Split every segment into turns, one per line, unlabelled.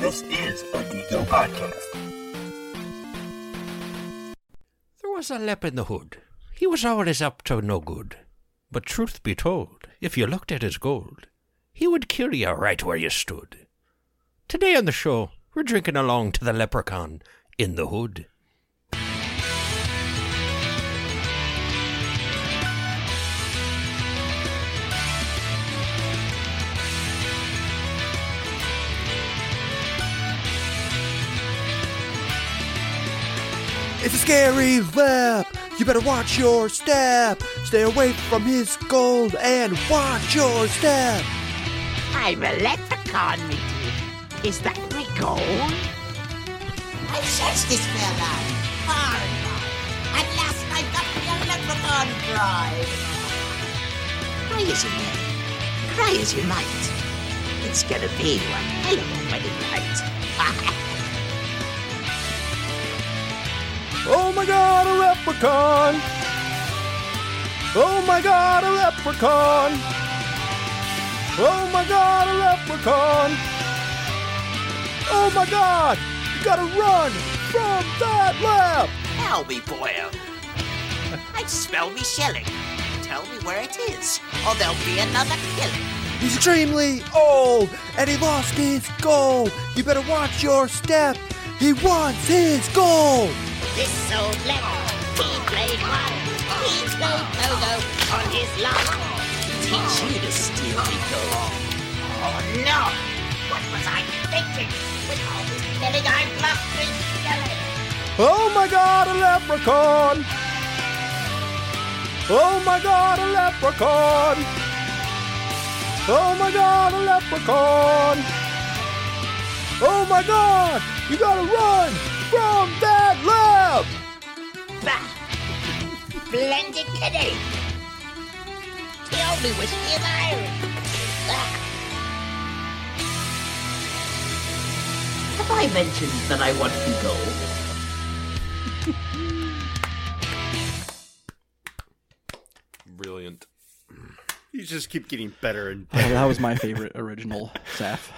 This is a Nico podcast.
There was a lep in the hood. He was always up to no good. But truth be told, if you looked at his gold, he would kill you right where you stood. Today on the show, we're drinking along to the leprechaun in the hood.
It's a scary lap. You better watch your step. Stay away from his gold and watch your step.
I'm a leprechaun, me dear. Is that my goal?
I searched this fella far and wide. At last I got me a leprechaun bride.
Cry as you may. Cry as you might. It's gonna be one hell of a wedding night.
Oh my god, a leprechaun! Oh my god, a leprechaun! Oh my god, a leprechaun! Oh my god! You gotta run from that lap!
Tell me, boil. I smell me shelling. Tell me where it is, or there'll be another killing.
He's extremely old and he lost his goal. You better watch your step. He wants his goal.
This old leprechaun, he played one. He played pogo on his life.
Teach you to steal me gold.
Oh no! What was I thinking? With all this killing, I've lost me killing.
Oh my god, a leprechaun. Oh my god, a leprechaun. Oh my god, a leprechaun. Oh my god, you gotta run from that lab.
Bah! Splendid kitty! The only whiskey in Ireland. Bah.
Have I mentioned that I want me gold?
Brilliant.
You just keep getting better and
Oh, that was my favorite original Saf.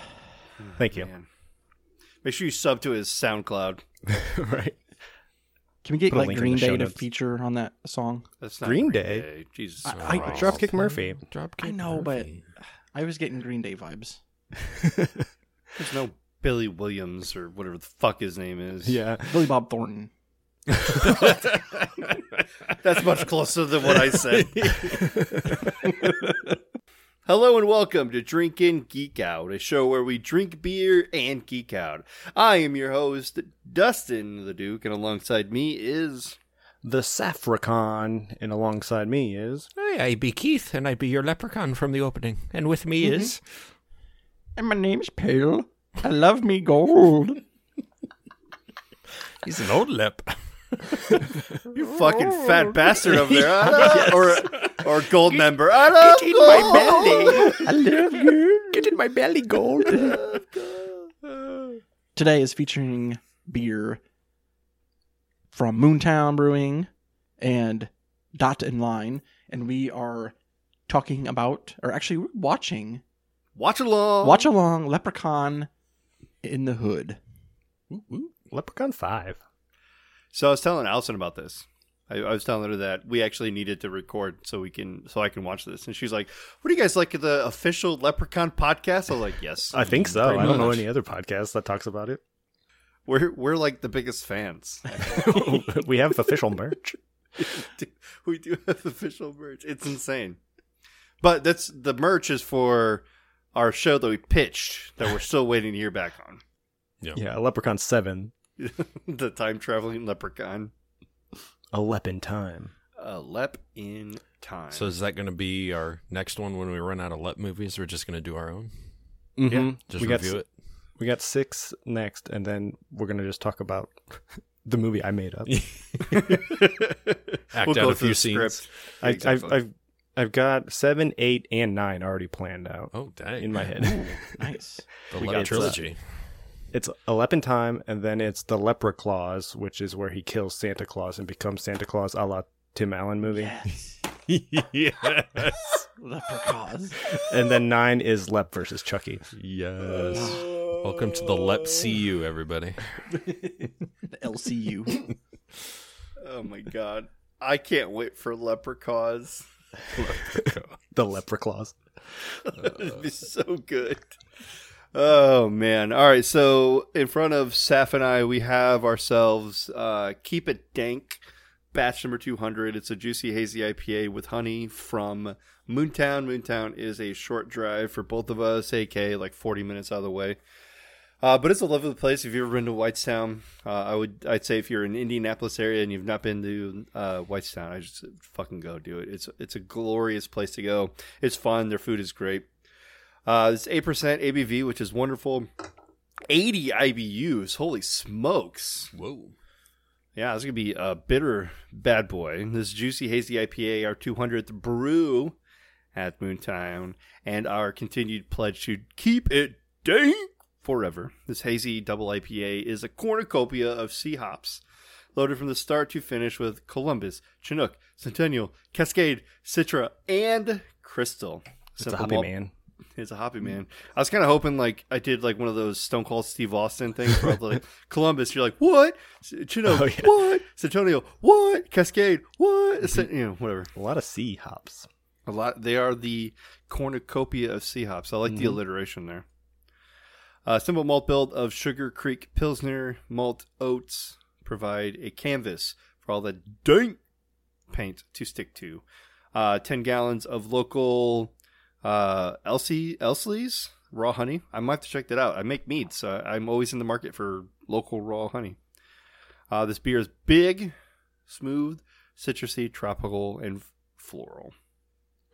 thank you. Make sure you sub to his SoundCloud.
right.
Can we get
Put a
like
link in
Green
the show
Day to
notes.
feature on that song?
That's not
Green Day?
Jesus.
I-
Christ.
Dropkick Murphy.
Dropkick
I know, but
Murphy.
I was getting Green Day vibes.
There's no Billy Williams or whatever the fuck his name is.
Yeah.
Billy Bob Thornton.
That's much closer than what I said. Hello and welcome to Drinkin' Geek Out, a show where we drink beer and geek out. I am your host, Dustin the Duke, and alongside me is
The Safricon, and alongside me is.
Hi, I be Keith, and I be your leprechaun from the opening. And with me
Mm-hmm.
is.
And my name's Pale. I love me gold.
He's an old lep.
You fucking fat bastard over there, I don't- or or gold member. I don't
in
know.
my
I love you.
Get in my belly, gold.
Today is featuring beer from Moontown Brewing and Dot and Line, and we are talking about, or actually we're watching,
Watch along.
watch along Leprechaun in the Hood.
Leprechaun 5.
So I was telling Allison about this. I, I was telling her that we actually needed to record so we can so I can watch this, and she's like, "What do you guys like the official Leprechaun podcast?" I was like, "Yes,
I think so.
Pretty
I don't know
much.
any other podcast that talks about it.
We're we're like the biggest fans.
we have official merch.
we do have official merch. It's insane, but that's the merch is for our show that we pitched that we're still waiting to hear back on
Yeah, a Leprechaun 7.
the time traveling Leprechaun.
A Lep in Time.
a lep in time.
So is that going to be our next one when we run out of lep movies? We're just going to do our own?
Yeah.
Mm-hmm. Just
We got
review
s-
it?
We got six next, and then we're going to just talk about the movie I made up.
Act
We'll
out
go
a
through
few
the
scenes.
script.
I,
Exactly.
I've, I've, I've got seven, eight, and nine already planned out
Oh, dang.
in my head.
Nice.
The
We
lep
got-
trilogy.
It's a lep in time, and then it's the lepra clause, which is where he kills Santa Claus and becomes Santa Claus, a la Tim Allen movie.
Leprechauns.
And then nine is Lep versus Chucky.
Yes.
Welcome to the Lep CU, everybody.
The LCU.
Oh my god. I can't wait for leprechauns.
The leprechauns.
It'd be so good. Oh man. All right, so in front of Saf and I, we have ourselves uh Keep It Dank batch number 200. It's a juicy hazy IPA with honey from Moontown. Moontown is a short drive for both of us, aka like 40 minutes out of the way. Uh, but it's a lovely place. If you've ever been to Whitestown, uh, I would I'd say if you're in Indianapolis area and you've not been to uh, Whitestown, I just fucking go do it. It's it's a glorious place to go. It's fun. Their food is great. Uh, it's eight percent ABV, which is wonderful. Eighty IBUs. Holy smokes!
Whoa.
Yeah, it's gonna be a bitter bad boy. This juicy hazy IPA, our 200th brew at Moontown, and our continued pledge to keep it dank forever. This hazy double IPA is a cornucopia of sea hops, loaded from the start to finish with Columbus, Chinook, Centennial, Cascade, Citra, and Crystal.
It's a happy man.
It's a hoppy man. I was kind of hoping like I did like one of those Stone Cold Steve Austin things where I was like Columbus, you're like what? S- Chinook, what? Centennial, what? Cascade, what? Cent- you know, whatever.
A lot of sea hops.
A lot. They are the cornucopia of sea hops. I like the alliteration there. Uh, simple malt build of Sugar Creek Pilsner malt oats provide a canvas for all the dank paint to stick to. Uh, Ten gallons of local uh, Elsie Elsley's raw honey. I might have to check that out. I make mead, so I'm always in the market for local raw honey. Uh, this beer is big, smooth, citrusy, tropical, and floral.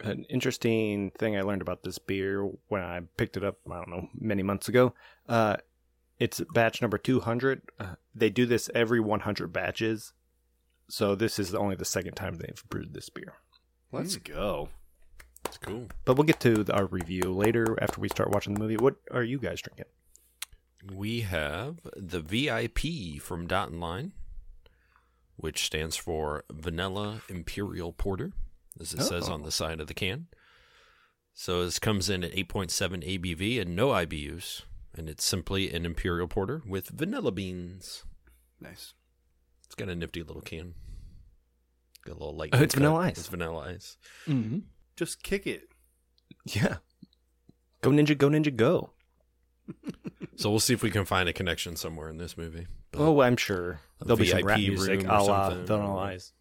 an interesting thing I learned about this beer when I picked it up, I don't know, many months ago. Uh, it's batch number 200. Uh, they do this every 100 batches. So this is only the second time they've brewed this beer.
Let's go.
That's cool.
But we'll get to the, our review later after we start watching the movie. What are you guys drinking?
We have the VIP from Dot and Line, which stands for Vanilla Imperial Porter, as it says
Oh.
on the side of the can. So this comes in at 8.7 ABV and no IBUs, and it's simply an Imperial Porter with vanilla beans.
Nice.
It's got a nifty little can. Got a little light.
Oh, it's
cut.
vanilla ice.
It's vanilla ice.
hmm
Just kick it.
Yeah. Go Ninja, go Ninja, go.
So we'll see if we can find a connection somewhere in this movie. But
Oh, I'm sure.
A
There'll be some
VIP
rap music
room or
a la
something.
Vanilla Ice.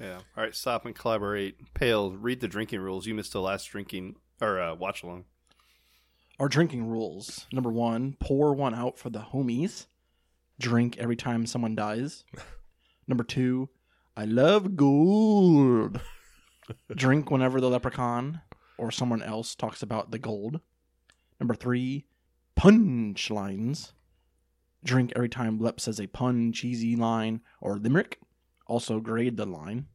Yeah. All right. Stop and collaborate. Pale. Read the drinking rules. You missed the last drinking or uh, watch along.
Our drinking rules. Number one, pour one out for the homies. Drink every time someone dies. Number two, I love gold. Drink whenever the leprechaun or someone else talks about the gold. Number three, punchlines. Drink every time Lep says a pun, cheesy line, or limerick. Also, grade the line.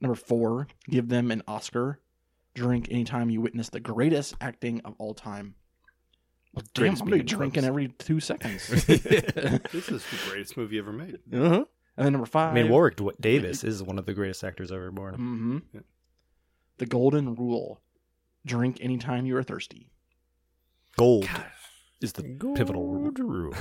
Number four, give them an Oscar drink anytime you witness the greatest acting of all time. Well, damn, I'm
Greatest
gonna be
meeting clubs.
drinking every two seconds.
This is the greatest movie ever made.
uh-huh. And then number five.
I mean, Warwick D- Davis is one of the greatest actors ever born.
hmm
Yeah.
The golden rule: drink anytime you are thirsty.
Gold is the pivotal rule.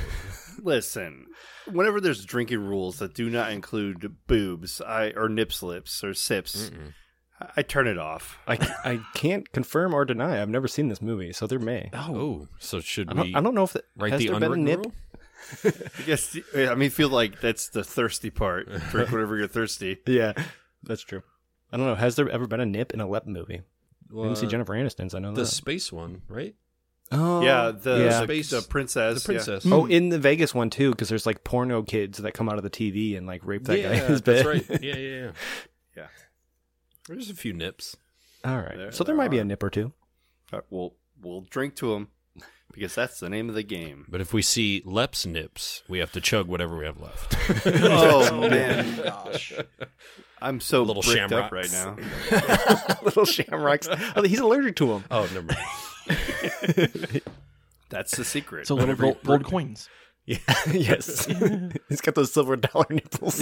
Listen, whenever there's drinking rules that do not include boobs, I or nip slips or sips,
Mm-mm.
I, I turn it off.
I, I can't confirm or deny. I've never seen this movie, so there may.
Oh, so should
I
we
don't, I don't know if that,
write
has
the
there been a
unwritten
nip?
rule?
I guess I mean feel like that's the thirsty part. Drink whenever you're thirsty.
Yeah, that's true. I don't know. Has there ever been a nip in a Lep movie? I didn't see Jennifer Aniston's. I know
The
that.
space one, right?
oh,
Yeah, the
yeah.
the-
Space-
the
The
princess. yeah.
princess.
Oh, in the Vegas one too, because there's like porno kids that come out of the TV and like rape that guy
yeah,
in his
that's
bed.
right. Yeah, yeah, yeah.
Yeah.
There's a few nips.
All right.
There-
so there,
there
might be
are.
a nip or two.
All right, we'll we'll drink to them because that's the name of the game.
But if we see Leps nips, we have to chug whatever we have left.
oh man,
Gosh,
I'm so
Little
little bricked up
shamrocks.
right now.
Little shamrocks. Oh, he's allergic to them.
oh, never mind.
That's the secret.
it's a little gold, gold coins.
yes. he's got those silver dollar nipples.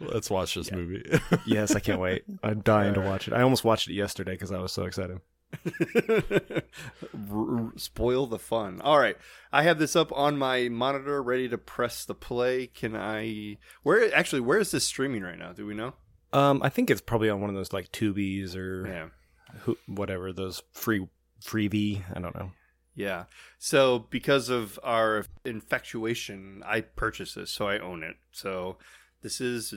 Let's watch this movie.
yes, I can't wait. I'm dying to watch it. I almost watched it yesterday because I was so excited.
R- spoil the fun. All right, I have this up on my monitor, ready to press the play. Can I? Where actually? Where is this streaming right now? Do we know?
Um, I think it's probably on one of those like Tubies or
Yeah,
who, whatever those free freebie. I don't know.
yeah. So because of our infatuation, I purchased this, so I own it. So this is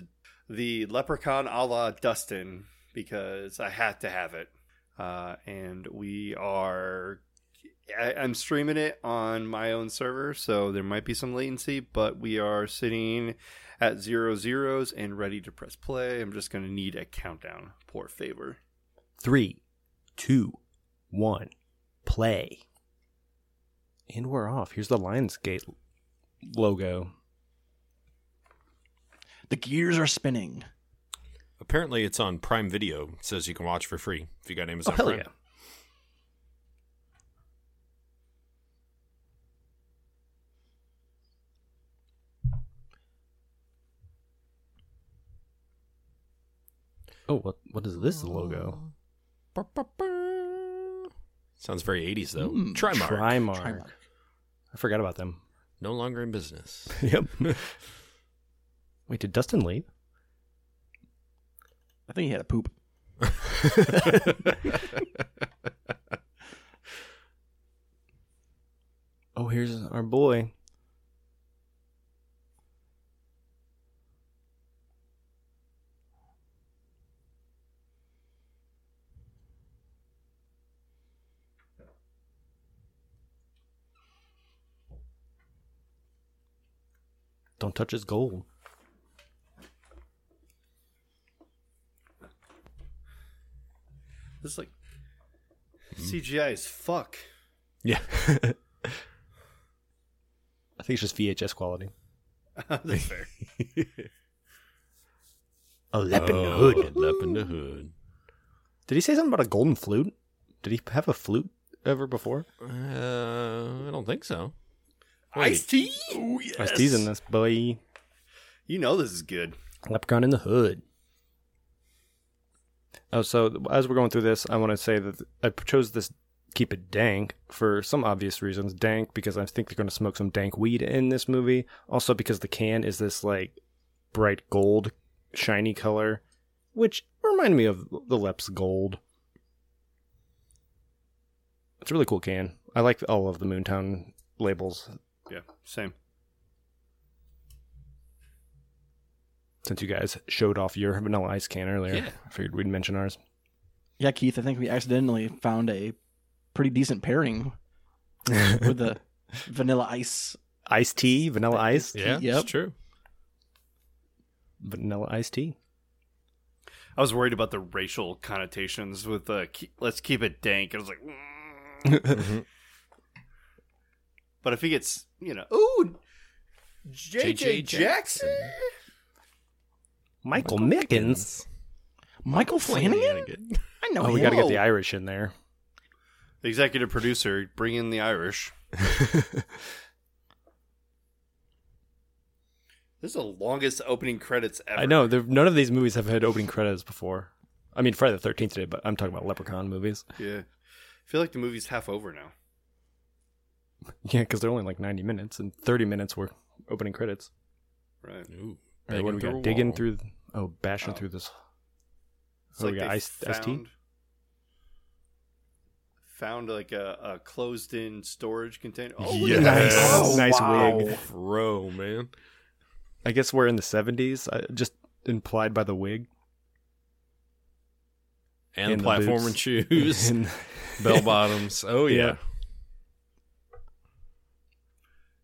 the Leprechaun a la Dustin because I had to have it. Uh, and we are I, I'm streaming it on my own server, so there might be some latency, but we are sitting at zero zeros and ready to press play. I'm just going to need a countdown, poor favor.
Three, two, one, play. And we're off. Here's the Lionsgate logo.
The gears are spinning.
Apparently, it's on Prime Video. It says you can watch for free if you got Amazon
Oh, hell
Prime.
yeah. Oh, what what is this logo?
Sounds very 80s, though.
Hmm,
Mm.
Trimark.
Trimark.
Trimark.
I forgot about them.
No longer in business.
Yep. Wait, did Dustin leave?
I think he had a poop.
Oh, here's our boy. Don't touch his gold.
This is like CGI is fuck.
yeah.
I think it's just VHS quality.
That's fair.
A leopard
Hood. Up Oh, in the hood.
Did he say something about a golden flute? Did he have a flute ever before?
Uh, I don't think so.
Iced tea? Oh, yes.
I was teasing this, boy.
You know this is good.
Leprechaun in the Hood. Oh, so th- as we're going through this, I want to say that th- I chose this Keep It Dank for some obvious reasons. Dank because I think they're going to smoke some dank weed in this movie. Also because the can is this like bright gold, shiny color, which reminded me of the Leps Gold. It's a really cool can. I like all of the Moontown labels
Yeah, same.
since you guys showed off your vanilla ice can earlier.
Yeah.
I figured we'd mention ours.
Yeah, Keith, I think we accidentally found a pretty decent pairing with the vanilla ice.
Iced tea, vanilla ice,
Yeah,
Yep.
it's true.
vanilla iced tea.
I was worried about the racial connotations with uh, keep, let's keep it dank. I was like, mm.
Mm-hmm.
but if he gets, you know, ooh,
J.J.
JJ Jackson.
Michael, Mickens.
Michael Flanagan? I know
Oh, we
him.
got to get the Irish in there.
The executive producer, bring in the Irish. this is the longest opening credits ever.
I know there- none of these movies have had opening credits before. I mean, Friday the Thirteenth did, but I'm talking about Leprechaun movies.
Yeah. I feel like the movie's half over now.
Yeah, because they're only like 90 minutes, and 30 minutes were opening credits.
Right.
Ooh,
All right, what do
banging through
we got?
a
Digging
wall.
through. th- Oh, bashing
Oh.
through this.
It's
Oh,
like
we got
they
iced, iced tea.
found, found like a, a closed in storage container. Oh, look at
Yes.
that.
Oh,
nice
wow.
wig.
Fro, man.
I guess we're in the 70s, I, just implied by the wig.
And,
And the
platform and
boots.
shoes.
And-
Bell bottoms. Oh, yeah.
Yeah.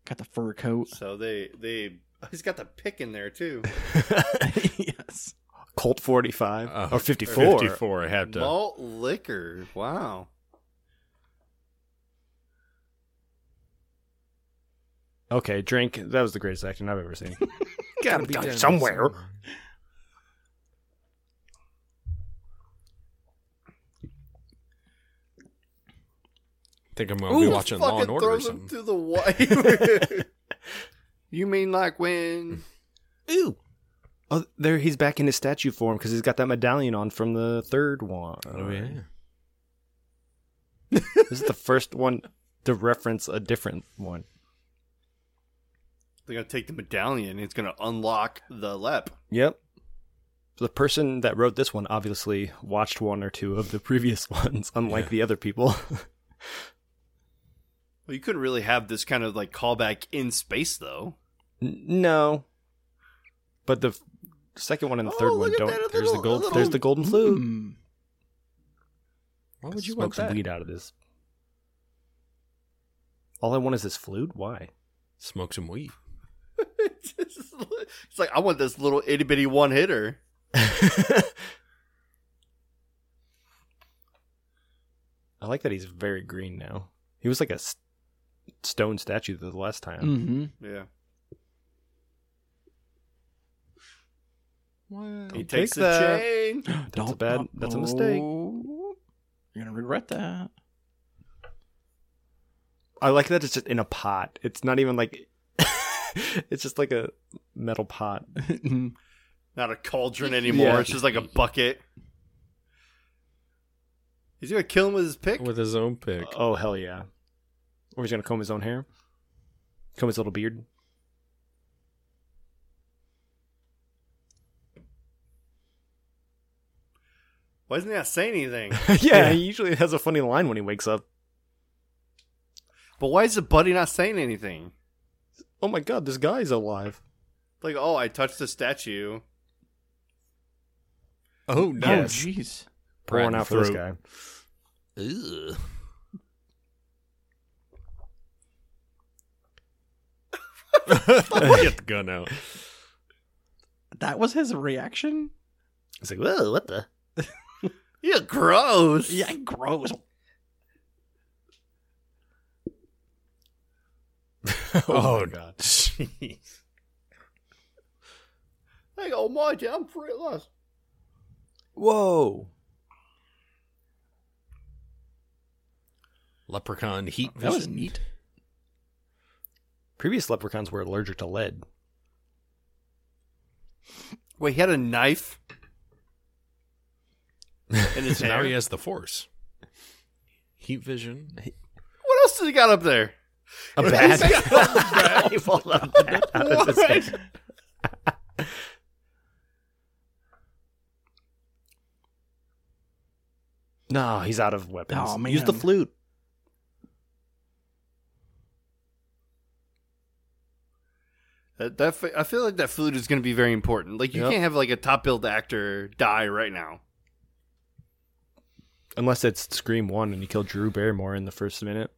Got the fur coat.
So they they he's got the pick in there too.
yes.
Colt 45
Uh,
Oh,
or 54.
54, I have to.
Malt liquor. Wow.
Okay, drink. That was the greatest acting I've ever seen.
Gotta be done somewhere. Think I'm gonna be
Ooh,
watching
fucking
Law and Order or
throws
something.
him through the
Mm.
wire. you mean like when?
Ooh,
Oh, there he's back in his statue form because he's got that medallion on from the third one.
Oh yeah.
This is the first one to reference a different one.
They're gonna take the medallion. and It's gonna unlock the lep.
Yep. The person that wrote this one obviously watched one or two of the previous ones, unlike the other people.
Well, you couldn't really have this kind of like callback in space though.
N- no. But the f- second one and the
Oh,
third one
look at
don't.
that, a
there's
little-
the
a
gold.
little-
There's the golden flute.
Hmm.
Why
I
would you
smoke
want
some
that?
weed out of this? All I want is this flute. Why?
Smoke some weed.
it's, just- it's like I want this little itty bitty one hitter.
I like that he's very green now. He was like a s- stone statue the last time.
Mhm.
Yeah.
What?
He
Don't
takes
take
the
that.
chain.
That's
a bad- that's a mistake.
You're gonna regret that.
I like that it's just in a pot. It's not even like it's just like a metal pot.
Oh,
Not a cauldron anymore.
Yeah.
It's just like a bucket. He's gonna kill him with his pick.
With his own pick.
Oh hell yeah! Or he's gonna comb his own hair, comb his little beard.
Why doesn't he not say anything?
yeah, he usually has a funny line when he wakes up.
but why is the buddy not saying anything?
Oh my god, this guy's alive.
Like, oh, I touched the statue.
Oh
Oh, jeez.
Pride
Pouring
in
out for this
throat.
guy.
Ugh. Get the gun out.
That was his reaction.
It's like, whoa, what the?
You're gross.
Yeah, gross.
Oh,
my god.
Jeez. Like, oh my, dude, I'm free at last.
Whoa.
Leprechaun heat
That was
vision.
neat.
Previous leprechauns were allergic to lead.
Wait, he had a knife in his
So now
hair.
he has the force. Heat vision.
What else did he got up there?
A bat. He pulled a bat out of his head. No, he's out of weapons.
Aw,
Use the
man.
flute.
That, that fi- I feel like that flute is going to be very important. Like you
Yep.
can't have like a top billed actor die right now.
Unless it's Scream 1 and he killed Drew Barrymore in the first minute.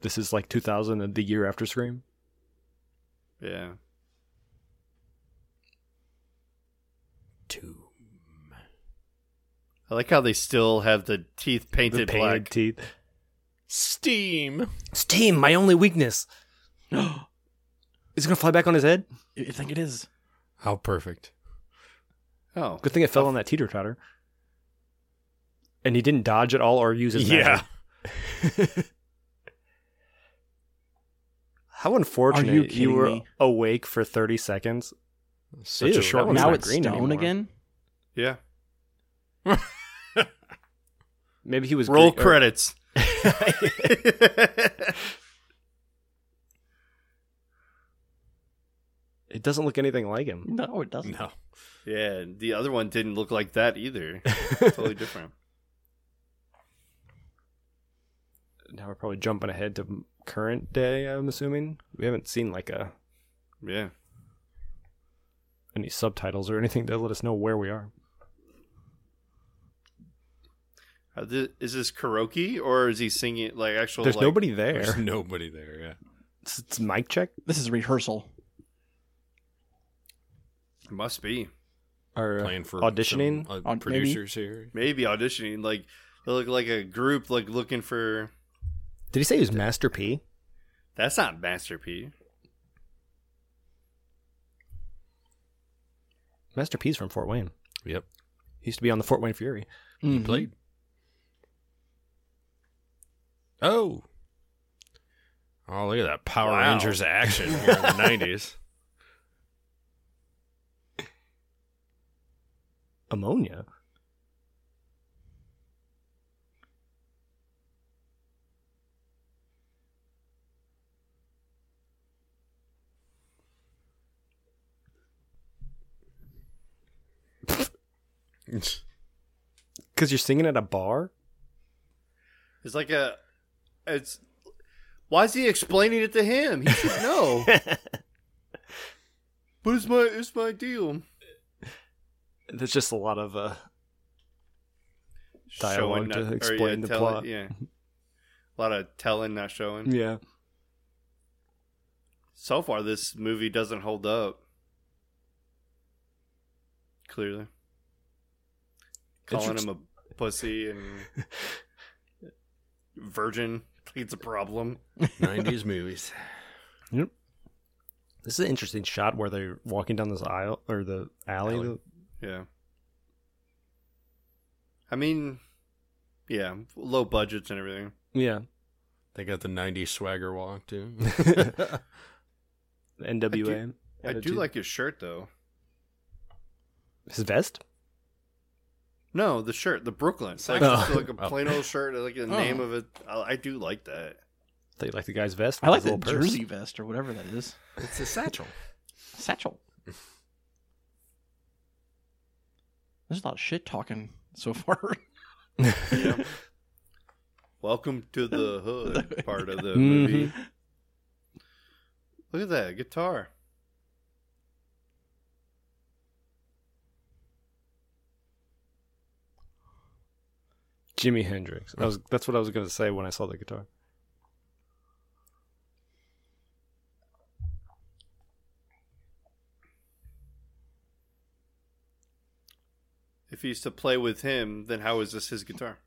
This is like 2000, and the year after Scream.
Yeah.
Two.
I like how they still have the teeth
The
painted
painted
black.
teeth.
Steam.
Steam, my only weakness. Is it going to fly back on his head?
I think it is.
How perfect.
oh,
Good thing it fell on that teeter totter. And he didn't dodge at all or use his magic. How unfortunate
Are you
you,
kidding
were
me?
awake for 30 seconds.
Such
Ew,
a short
that one's
now
not
it's
green
stone
anymore.
again.
yeah.
Maybe he was
Roll
Greek- or-
credits.
It doesn't look anything like him.
No, it doesn't.
No.
yeah, the other one didn't look like that either. totally different.
Now we're probably jumping ahead to current day, I'm assuming. We haven't seen like a
Yeah.
any subtitles or anything to let us know where we are.
Are thi- is this karaoke or is he singing like actual?
There's
like-
nobody there.
There's nobody there, yeah.
It's, it's mic check
This is rehearsal.
Must be
or uh,
Playing for
auditioning.
some, uh,
On- maybe.
producers here.
maybe auditioning. Like they look like a group like looking for.
Did he say he was Master P?
That's not Master P.
Master P's from Fort Wayne.
Yep.
He used to be on the Fort Wayne Fury.
He
Mhm.
played. Oh. Oh, look at that Power
Wow.
Rangers action here in the 90s.
Ammonia. Because you're singing at a bar?
It's like a. It's. Why is he explaining it to him? He should know. but it's my it's my deal.
There's just a lot of uh,
Showing
dialogue
not- or,
to
yeah,
explain the
telling-
plot.
Yeah. A lot of telling, not showing.
yeah.
So far, this movie doesn't hold up. Clearly, calling
Interest-
him a pussy and virgin, it's a problem.
90s movies.
This is an interesting shot where they're walking down this aisle or the alley.
Alley.
Yeah. I mean, yeah, low budgets and everything.
Yeah.
They got the 90s swagger walk, too.
NWA.
I do
Attitude.
like his shirt though.
his vest.
No, the shirt, the Brooklyn. It's like,
Oh.
just like a
Oh.
plain old shirt, like the name of it. I, I do like that.
They like the guy's vest.
I like
the
that jersey vest or whatever that is.
it's a satchel.
Satchel. There's a lot of shit talking so far.
Welcome to the hood part of
Mm-hmm.
the movie. Look at that guitar.
Jimi Hendrix. That was that's what I was gonna say when I saw the guitar.
If he used to play with him, then how is this his guitar?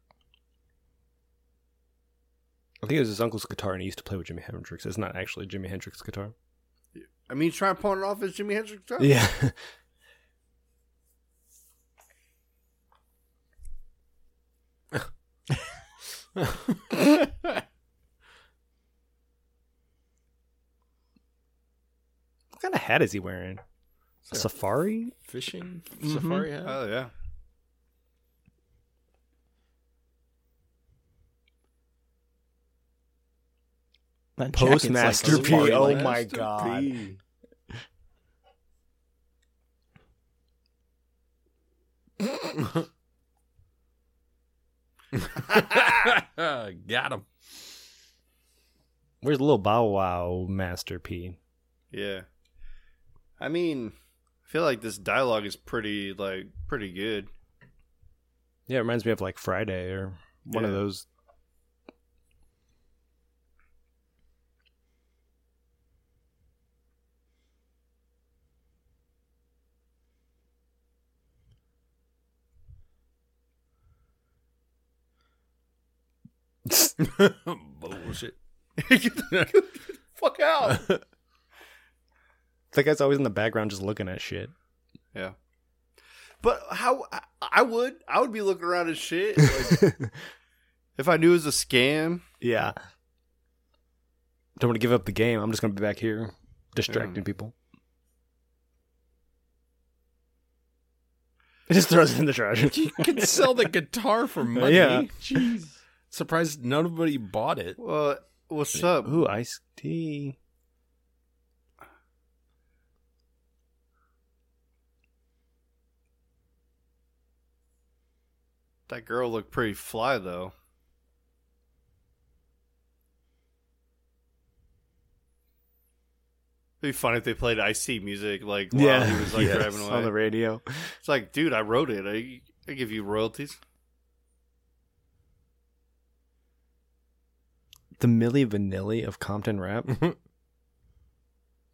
I think it was his uncle's guitar, and he used to play with Jimi Hendrix. It's not actually Jimi Hendrix's guitar.
I mean, try and pawn it off as Jimi Hendrix guitar.
Yeah. what kind of hat is he wearing? A safari?
Fishing safari hat.
Oh yeah.
That jacket's like a
Postmaster P.
safari
Oh
light.
my god.
Got him.
Where's little Bow Wow Master P?
Yeah. I mean, I feel like this dialogue is pretty like pretty good.
Yeah, it reminds me of like Friday or one of
Yeah.
those.
Bullshit.
Fuck out.
That guy's always in the background just looking at shit.
yeah. But how I, I would I would be looking around at shit like, if I knew it was a scam.
Yeah. Don't want to give up the game. I'm just going to be back here distracting
Mm.
people. It just throws it in the trash.
You could sell the guitar for money.
Yeah.
Jeez. Surprised nobody bought it.
Well, what's up?
Ooh, iced tea.
That girl looked pretty fly though. It'd be fun if they played IC music like while
Yeah.
he was like
Yes.
driving away.
On the radio.
It's like, dude, I wrote it. I, I give you royalties.
The Millie Vanilli of Compton rap.
Mm-hmm.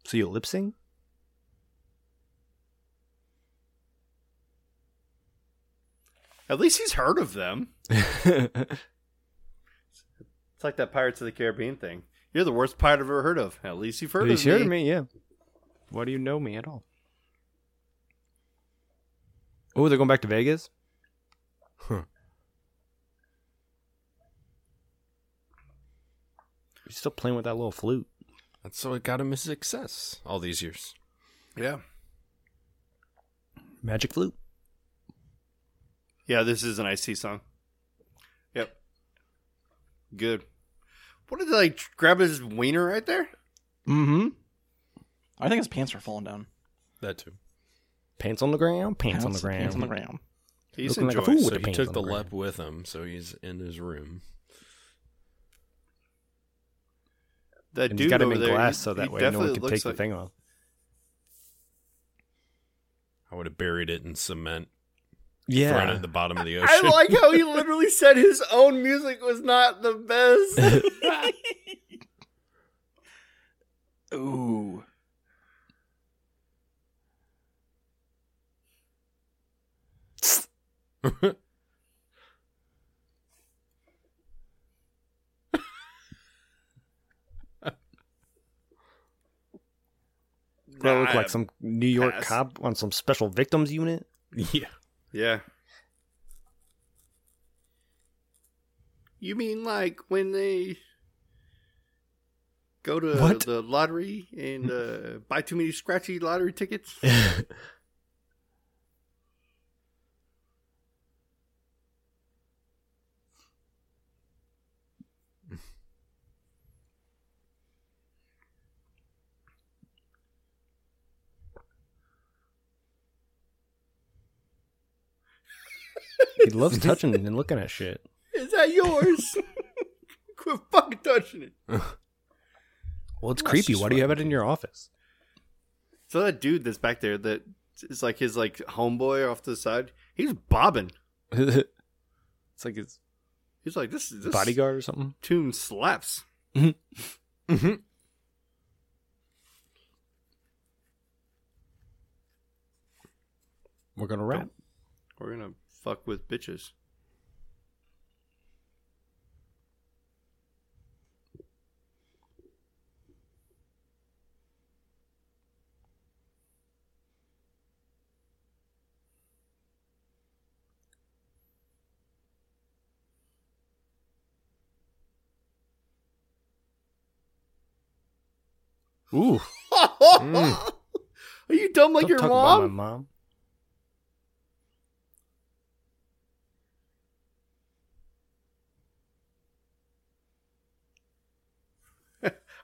so you lip sync?
At least he's heard of them. It's like that Pirates of the Caribbean thing. You're the worst pirate I've ever heard of. At least you've heard
you
of
sure
me.
to me, yeah. Why do you know me at all? Oh, they're going back to Vegas?
Huh.
He's still playing with that little flute.
That's how it got him his success all these years.
Yeah.
Magic flute.
Yeah, this is an IC song. Yep. Good. What did like grab his wiener right there?
Mm-hmm. I think his pants are falling down.
That too.
Pants on the ground, pants on the ground.
Pants on the ground.
He's
Looking like a
enjoying.
fool.
So
the
he
pants
took
on
the
the
lep with him, so he's in his room.
That
And
dude
he's got him
over
in
there, he-
glass so
he
that way no one
definitely
can
looks
take
like-
the thing off.
I would have buried it in cement, thrown it
Yeah.
at the bottom of the
I
ocean.
like how he literally said his own music was not the best.
Ooh.
That look like
Nah,
some New York
pass.
cop on some special victims unit.
yeah.
Yeah. You mean like when they go to
What?
the lottery and uh, buy too many scratchy lottery tickets?
He loves touching and looking at shit.
Is that yours? Quit fucking touching it.
Well,
That's
it's creepy.
just
Why do you
fine.
have it in your office?
So that dude that's back there that is like his like homeboy off to the side, he's bobbing.
it's like his
He's like this this
bodyguard or something.
tune slaps.
We're gonna rap.
We're gonna fuck with bitches.
Ooh, Mm.
Are you dumb like
don't
your
talk
mom?
about my mom.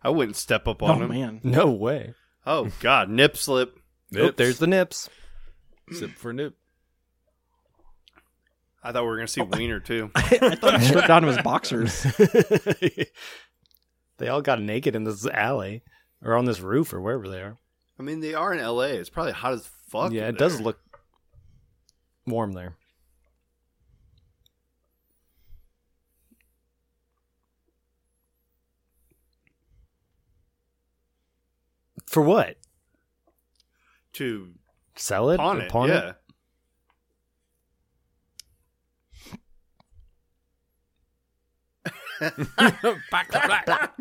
I wouldn't step up on
Oh
him.
man.
No way.
Oh god, nip slip.
Nope,
Nips.
there's the nips.
Sip for nip.
I thought we were gonna see Wiener too.
I thought he stripped down to his boxers.
they all got naked in this alley or on this roof or wherever they are.
I mean, they are in L.A. It's probably hot as fuck.
yeah,
in
it does
there.
look warm there. For what?
to
Sell it?
pawn
Or
it. yeah,
Back to black.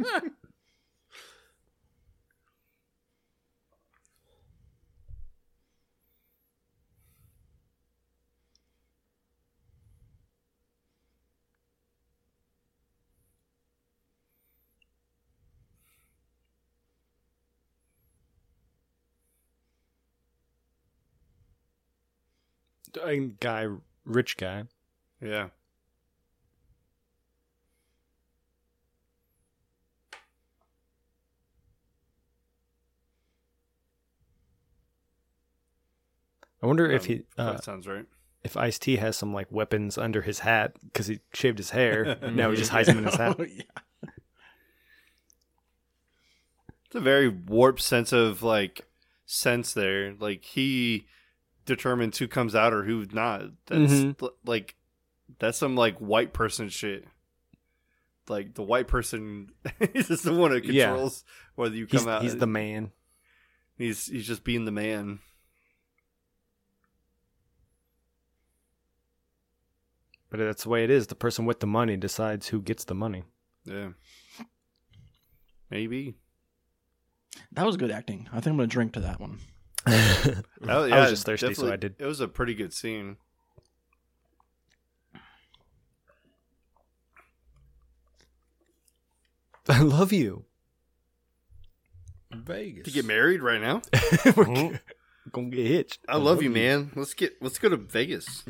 Dying guy, rich guy.
yeah.
I wonder if
Um,
he, uh,
that sounds right.
if Ice T has some like weapons under his hat because he shaved his hair. and now he just hides them in his hat.
Oh, yeah.
It's a very warped sense of like sense there. Like he determines who comes out or who's not. That's
Mhm.
l- like that's some like white person shit. Like the white person is the one who
Yeah.
controls whether you come
He's,
out.
he's the man.
He's he's just being the man.
But that's the way it is. The person with the money decides who gets the money.
Yeah. Maybe.
That was good acting. I think I'm gonna drink to that one.
Oh,
was
yeah,
just thirsty, so
definitely-
I did.
It was a pretty good scene.
I love you.
Vegas.
To get married right now?
We're gonna get hitched.
I love you, man. Let's get let's go to Vegas.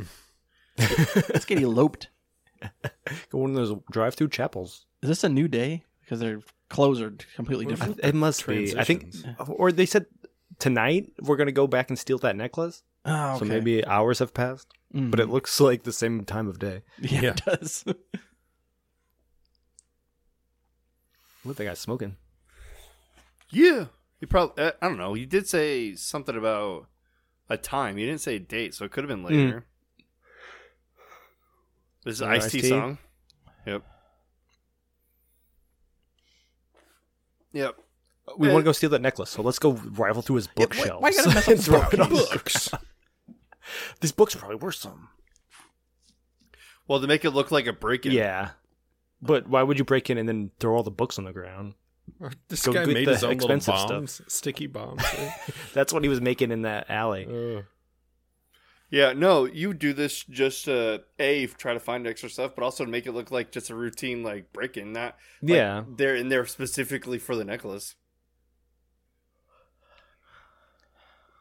Let's get eloped.
Go one of those drive-through chapels.
Is this a new day? Because their clothes are completely different.
It must be. I think, uh, or they said tonight we're gonna go back and steal that necklace.
Oh, okay.
So maybe hours have passed,
Mm.
but it looks like the same time of day.
yeah,
Yeah.
it does.
What they got smoking?
Yeah, you probably. I don't know. You did say something about a time. You didn't say a date, so it could have
Hmm.
been later. This is
Another
Ice T
Ice-T?
song. Yep. Yep.
We
Uh,
want to go steal that necklace, so let's go rival through his bookshelves.
why you gotta mess up
and throw it on-
Books.
These books are probably worth some.
Well, to make it look like a break in.
Yeah, but why would you break in and then throw all the books on the ground?
This
Go
guy
get
made
the
his own little
expensive stuff.
bombs, sticky bombs.
That's what he was making in that alley.
Uh,
Yeah, no, you do this just uh A try to find extra stuff, but also to make it look like just a routine like break in, not like,
Yeah.
They're in there specifically for the necklace.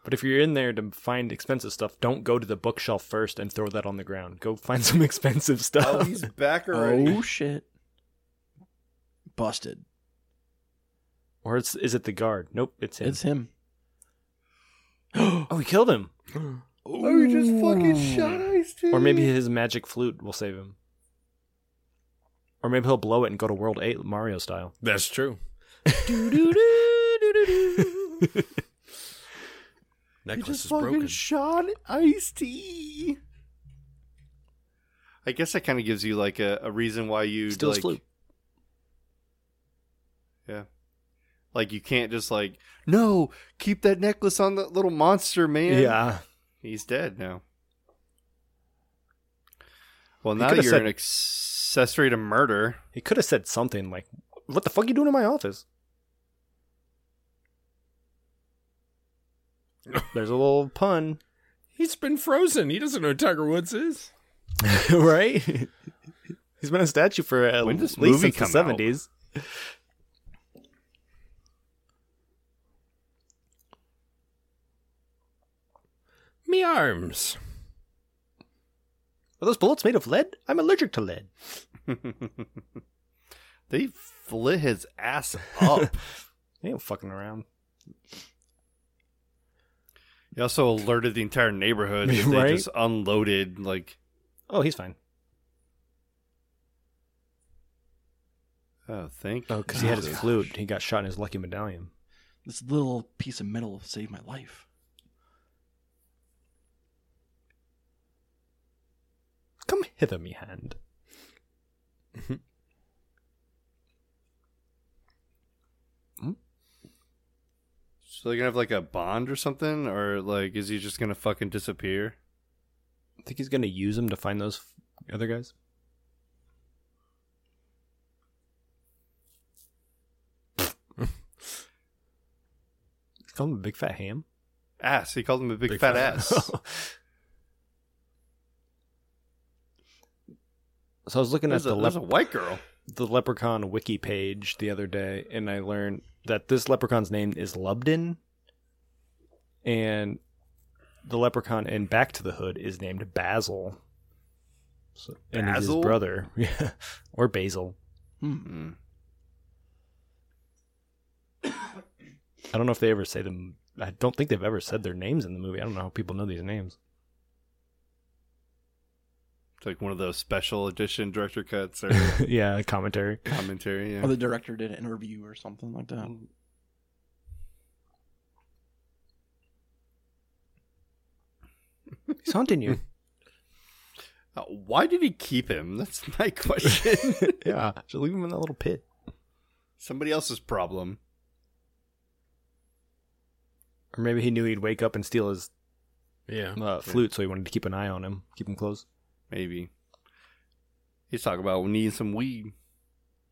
But if you're in there to find expensive stuff, don't go to the bookshelf first and throw that on the ground. Go find some expensive
Oh,
stuff.
he's back already.
oh shit! Busted.
or it's, is it the guard? Nope, it's him.
It's him.
oh, he killed him.
Oh, he just fucking shot Ice T.
Or maybe his magic flute will save him. Or maybe he'll blow it and go to World 8 Mario style.
that's true. Necklace is broken.
shot Ice T. I guess that kind of gives you like a, a reason why you
Steal his
like
flute.
like you can't just like no keep that necklace on that little monster man.
Yeah.
He's dead now. Well,
He
now
could've
you're
said-
an accessory to murder.
He could have said something like, What the fuck you doing in my office? There's a little pun,
He's been frozen. He doesn't know Tiger Woods is.
right? He's been a statue for at
When does
least
movie
since the
come out?
70s.
Me arms.
Are those bullets made of lead? I'm allergic to lead.
They flit his ass up.
They ain't fucking around.
he also alerted the entire neighborhood. that They
Right?
just unloaded like
Oh, he's fine.
oh thank
Oh, because he had his flute. He got shot in his lucky medallion.
This little piece of metal saved my life.
Come hither, me hand.
So they're gonna have like a bond or something, or like is he just gonna fucking disappear?
I think he's going to use him to find those f- other guys. Call him a big fat ham.
Ass. He called him a big, fat, ass.
so I was looking
there's,
at
a,
the
there's a
leper
white girl.
the leprechaun wiki page the other day and I learned that this leprechaun's name is Lubden and the leprechaun in Back to the Hood is named Basil. So, and he's his
Basil?
brother. Yeah. or Basil.
Hmm.
I don't know if they ever say them I don't think they've ever said their names in the movie. I don't know how people know these names.
It's like one of those special edition director cuts or
yeah, commentary.
commentary.
Or
Yeah.
the director did an interview or something like that.
He's haunting you.
Uh, Why did he keep him? That's my question.
yeah. Just leave him in that little pit.
Somebody else's problem.
Or maybe he knew he'd wake up and steal his
Yeah.
uh, flute, so he wanted to keep an eye on him, keep him close.
Maybe. He's talking about needing some weed.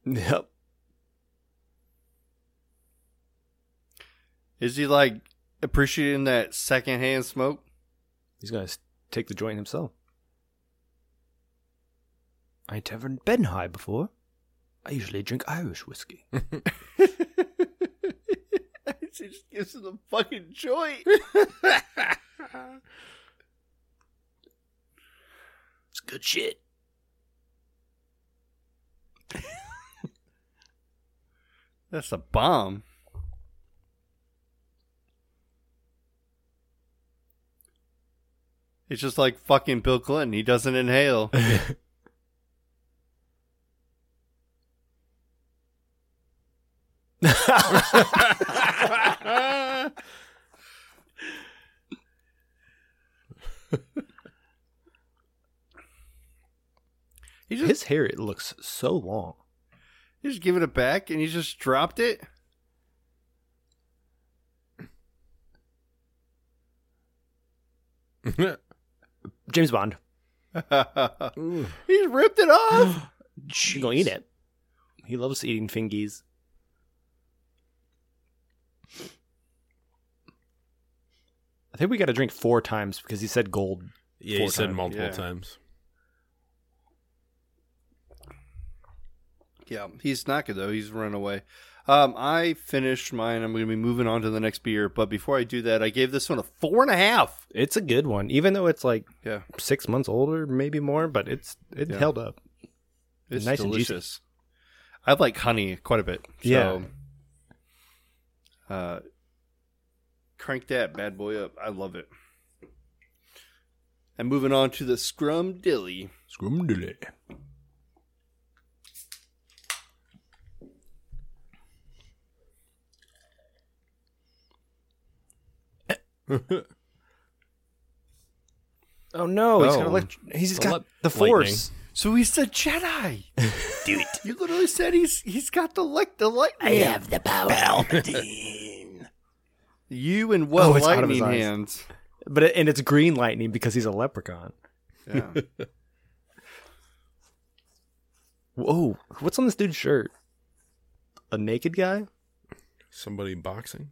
Yep.
Is he like appreciating that secondhand smoke?
He's gonna s- take the joint himself. I ain't ever been high before. I usually drink Irish whiskey.
she just gives him the fucking joint.
It's
good shit.
That's a bomb. It's just like fucking Bill Clinton. He doesn't inhale. he just
His hair it looks so long.
He just giving it back and he just dropped it.
James Bond.
he just ripped it off.
She's gonna eat it. He loves eating fingies. I think we got to drink four times because he said gold.
Yeah,
Four
he said
times,
multiple
yeah.
times.
yeah, he's not good though. He's run away. Um, I finished mine. I'm going to be moving on to the next beer. But before I do that, I gave this one a four and a half.
It's a good one, even though it's like
Yeah,
six months older, maybe more, but it's it
Yeah.
held up.
it's
Nice and
delicious.
juicy.
I like honey quite a bit.
Yeah.
So, uh, crank that bad boy up. I love it. And moving on to the Scrum Dilly.
Oh no, he's got
Oh.
elect- he's got
Elec-
the force.
So he's the Jedi. Do it. You literally said he's he's got the light the lightning. I have the power. you and well
Oh, it's out of his
lightning
eyes.
hands.
But it, and it's green lightning because he's a leprechaun.
Yeah.
Whoa, what's on this dude's shirt? A naked guy?
Somebody boxing.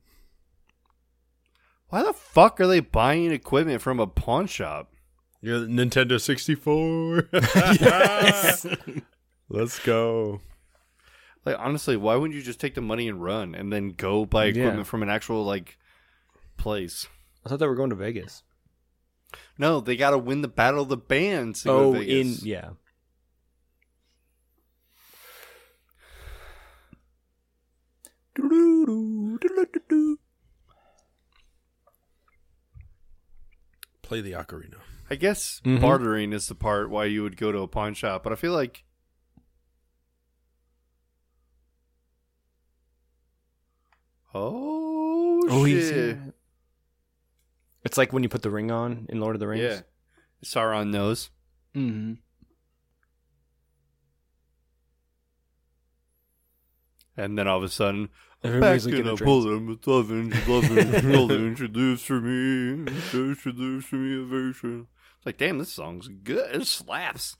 Why the fuck are they buying equipment from a pawn shop?
You're the Nintendo 64. Let's go.
Like honestly, why wouldn't you just take the money and run and then go buy
Yeah.
equipment from an actual like place?
I thought they were going to Vegas.
No, they got to win the battle of the bands. To go
Oh,
to
in
Vegas.
yeah.
Play the ocarina.
I guess
Mhm.
bartering is the part why you would go to a pawn shop, but I feel like Oh, shit.
It's like when you put the ring on in Lord of the Rings.
Yeah. Sauron knows.
Mm-hmm.
And then all of a sudden,
Everybody's
back
looking
in
at
a
drinks.
bosom, loving, loving, loving, introduce to me, introduce to me a version. It's like, damn, this song's good. It slaps.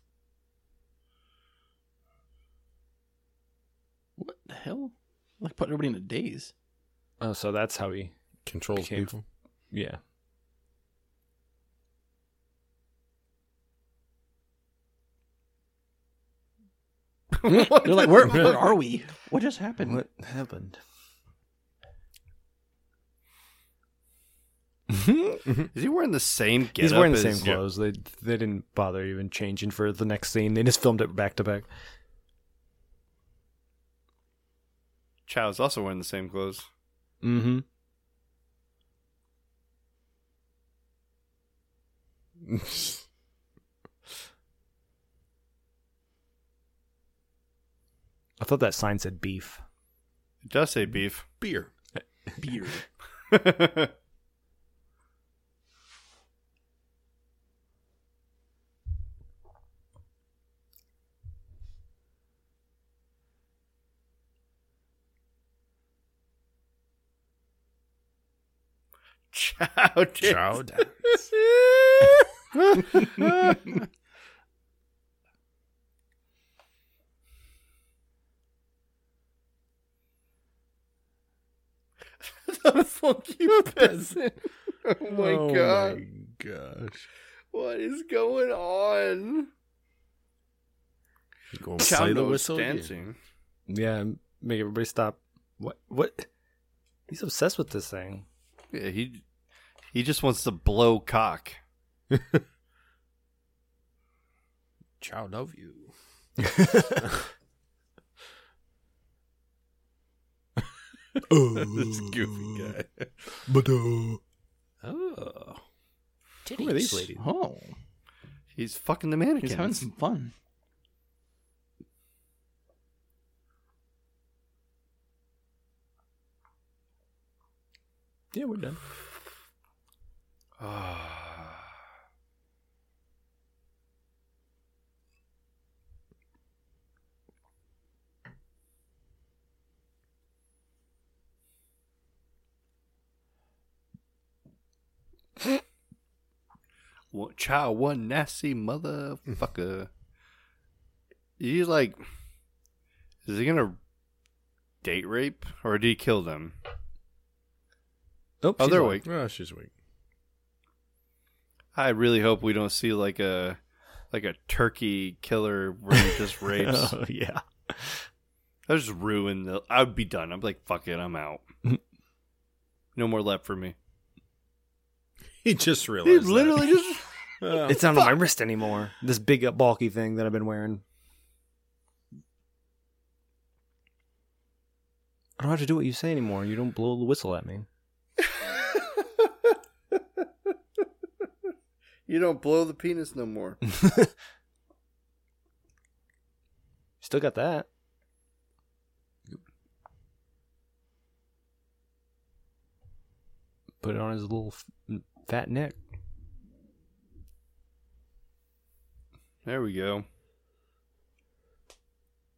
What the hell? Like put everybody in a daze.
Oh, so that's how he.
Controls
Became-
people.
Yeah.
What?
They're like, where, where are we? What just happened?
What happened?
Is he wearing the same get
He's wearing the
as,
same clothes. They they didn't bother even changing for the next scene. They just filmed it back to back.
Chow's also wearing the same clothes.
Mm-hmm. I thought that sign said beef.
It does say beef.
Beer.
Beer.
Chow did.
Chow down.
the funky peasant. Oh my god.
my gosh.
What is going on?
You gonna
Chow
play the
knows
whistle? Yeah.
dancing.
Yeah, m- make everybody stop. What? What? He's obsessed with this thing.
Yeah, he he just wants to blow cock.
Child of you. this goofy guy. Oh.
Who are these ladies?
Oh,
He's fucking the
he's having
mannequins.
some fun.
Yeah, we're done.
One child, one nasty motherfucker. He's like, is he gonna date rape or did he kill them?
Oh,
Oh,
she's
they're
awake.
awake.
Oh, she's awake.
I really hope we don't see like a like a turkey killer where he just rapes.
Oh, yeah.
I just ruin the. I'd be done. I'm like, fuck it, I'm out. no more left for me.
He just realized.
He
that.
literally just.
Oh.
It's not on my wrist anymore. This big, uh, bulky thing that I've been wearing. I don't have to do what you say anymore. You don't blow the whistle at me.
You don't blow the penis no more.
Still got that. Put it on his little f- fat neck.
There we go.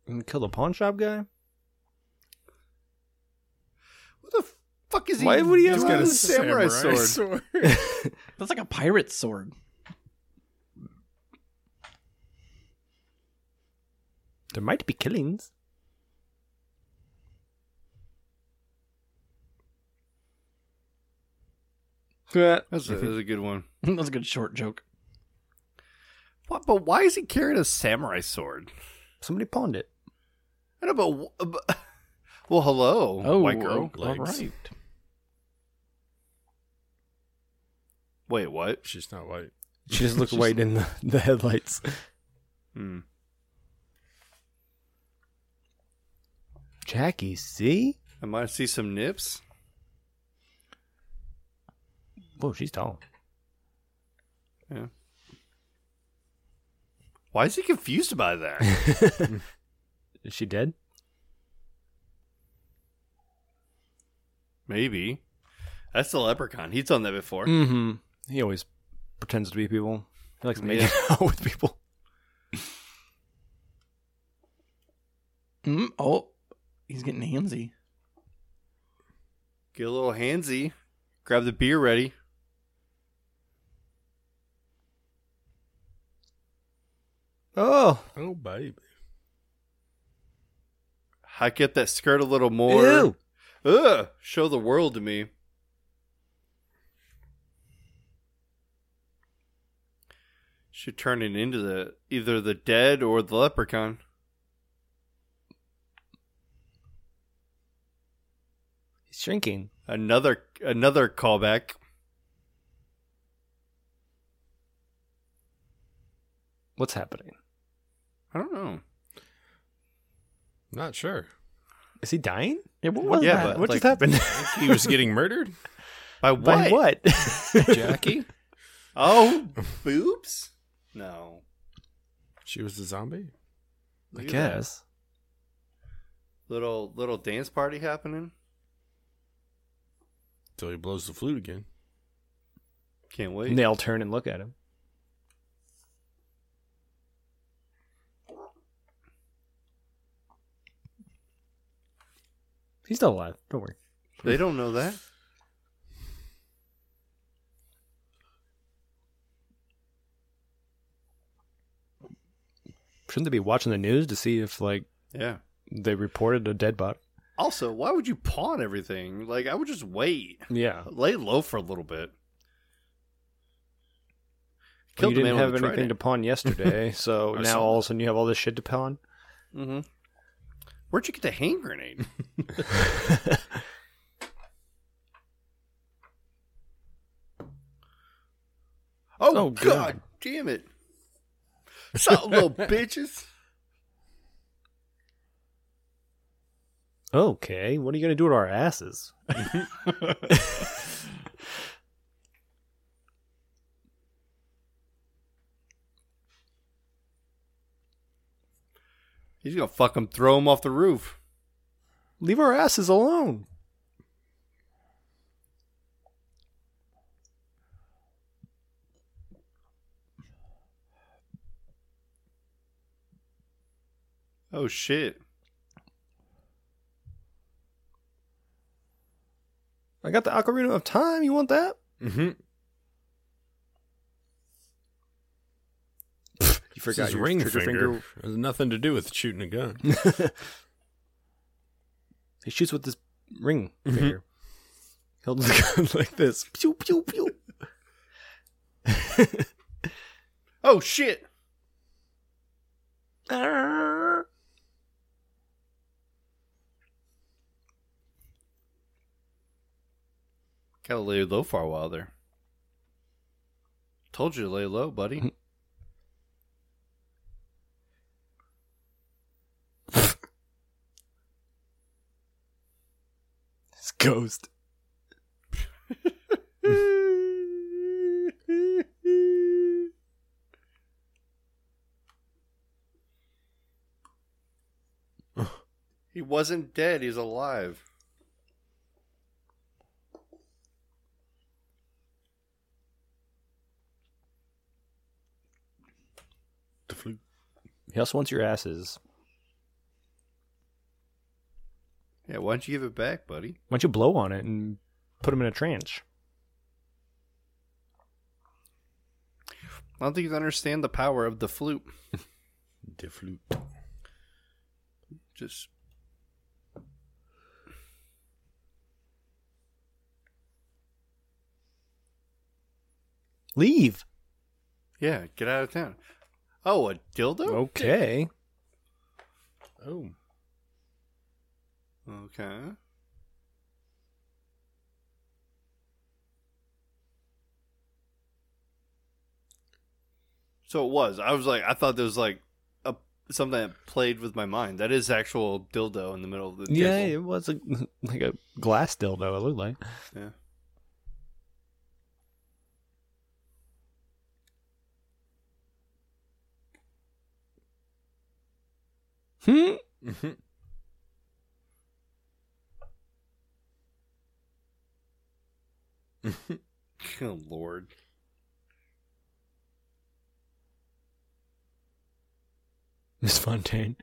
And kill the pawn shop guy?
What the fuck is he?
Why would he have
doing
got a
with his samurai,
samurai
sword?
That's like a pirate sword.
There might be killings.
That's, a, that's a good one.
That's a good short joke.
What, but why is he carrying a samurai sword?
Somebody pawned it.
I know, but, wh- but well, hello,
Oh,
white girl.
all
legs.
right.
Wait, what?
She's not white.
She just looked white in the, the headlights.
Hmm.
Jackie, see?
I might see some nips.
Whoa, she's tall.
Why is he confused by that?
Is she dead?
Maybe. That's the leprechaun. He's done that before.
Mm-hmm. He always pretends to be people. He likes making out with people.
Mm, oh, he's getting handsy.
Get a little handsy. Grab the beer ready.
Oh,
Oh, baby.
Hike up that skirt a little more. Ugh, show the world to me. Should turn it into the either the dead or the leprechaun.
he's shrinking.
Another another callback.
What's happening?
I don't know.
Not sure.
Is he dying?
Yeah, what was
Yeah,
that?
but-
What
Like-
just happened?
He was getting murdered.
By what?
By what?
Jackie.
Oh, boobs? No.
She was a zombie.
I
Look at that.
guess.
Little little dance party happening.
Till he blows the flute again.
Can't wait.
And they all turn and look at him. He's still alive. Don't worry.
They don't know that.
Shouldn't they be watching the news to see if like
Yeah.
they reported a dead body?
Also, why would you pawn everything? Like, I would just wait,
Yeah.
lay low for a little bit.
Well, you
the man
didn't
with
have
the
anything to
trident.
pawn yesterday, so
I
now
saw
all of a sudden you have all this shit to pawn.
Mhm. Where'd you get the hand grenade? oh,
Oh,
god,
God.
Oh, damn it! Some little bitches.
Okay, what are you going to do to our asses?
He's gonna fuck him, throw him off the roof.
Leave our asses alone.
Oh shit!
I got the Ocarina of Time. You want that?
Mm-hmm.
You
This is ring finger. Has nothing to do with shooting a gun.
He shoots with this ring
Mm-hmm.
finger. He'll look like this. Pew, pew, pew.
Oh shit! Gotta lay low for a while there. Told you to lay low, buddy.
His ghost.
he wasn't dead. He's alive.
He also wants your asses.
Yeah, why don't you give it back, buddy?
Why don't you blow on it and put him in a trance?
I don't think you understand the power of the flute.
The flute.
Just
Leave.
yeah, get out of town. Oh, a dildo.
Okay. Oh.
Okay. So it was. I was like, I thought there was like a something that played with my mind. That is actual dildo in the middle of the
Yeah,
table.
it was a, like a glass dildo, it looked like.
yeah.
Hmm.
Mm-hmm. Oh Lord.
Miss Fontaine.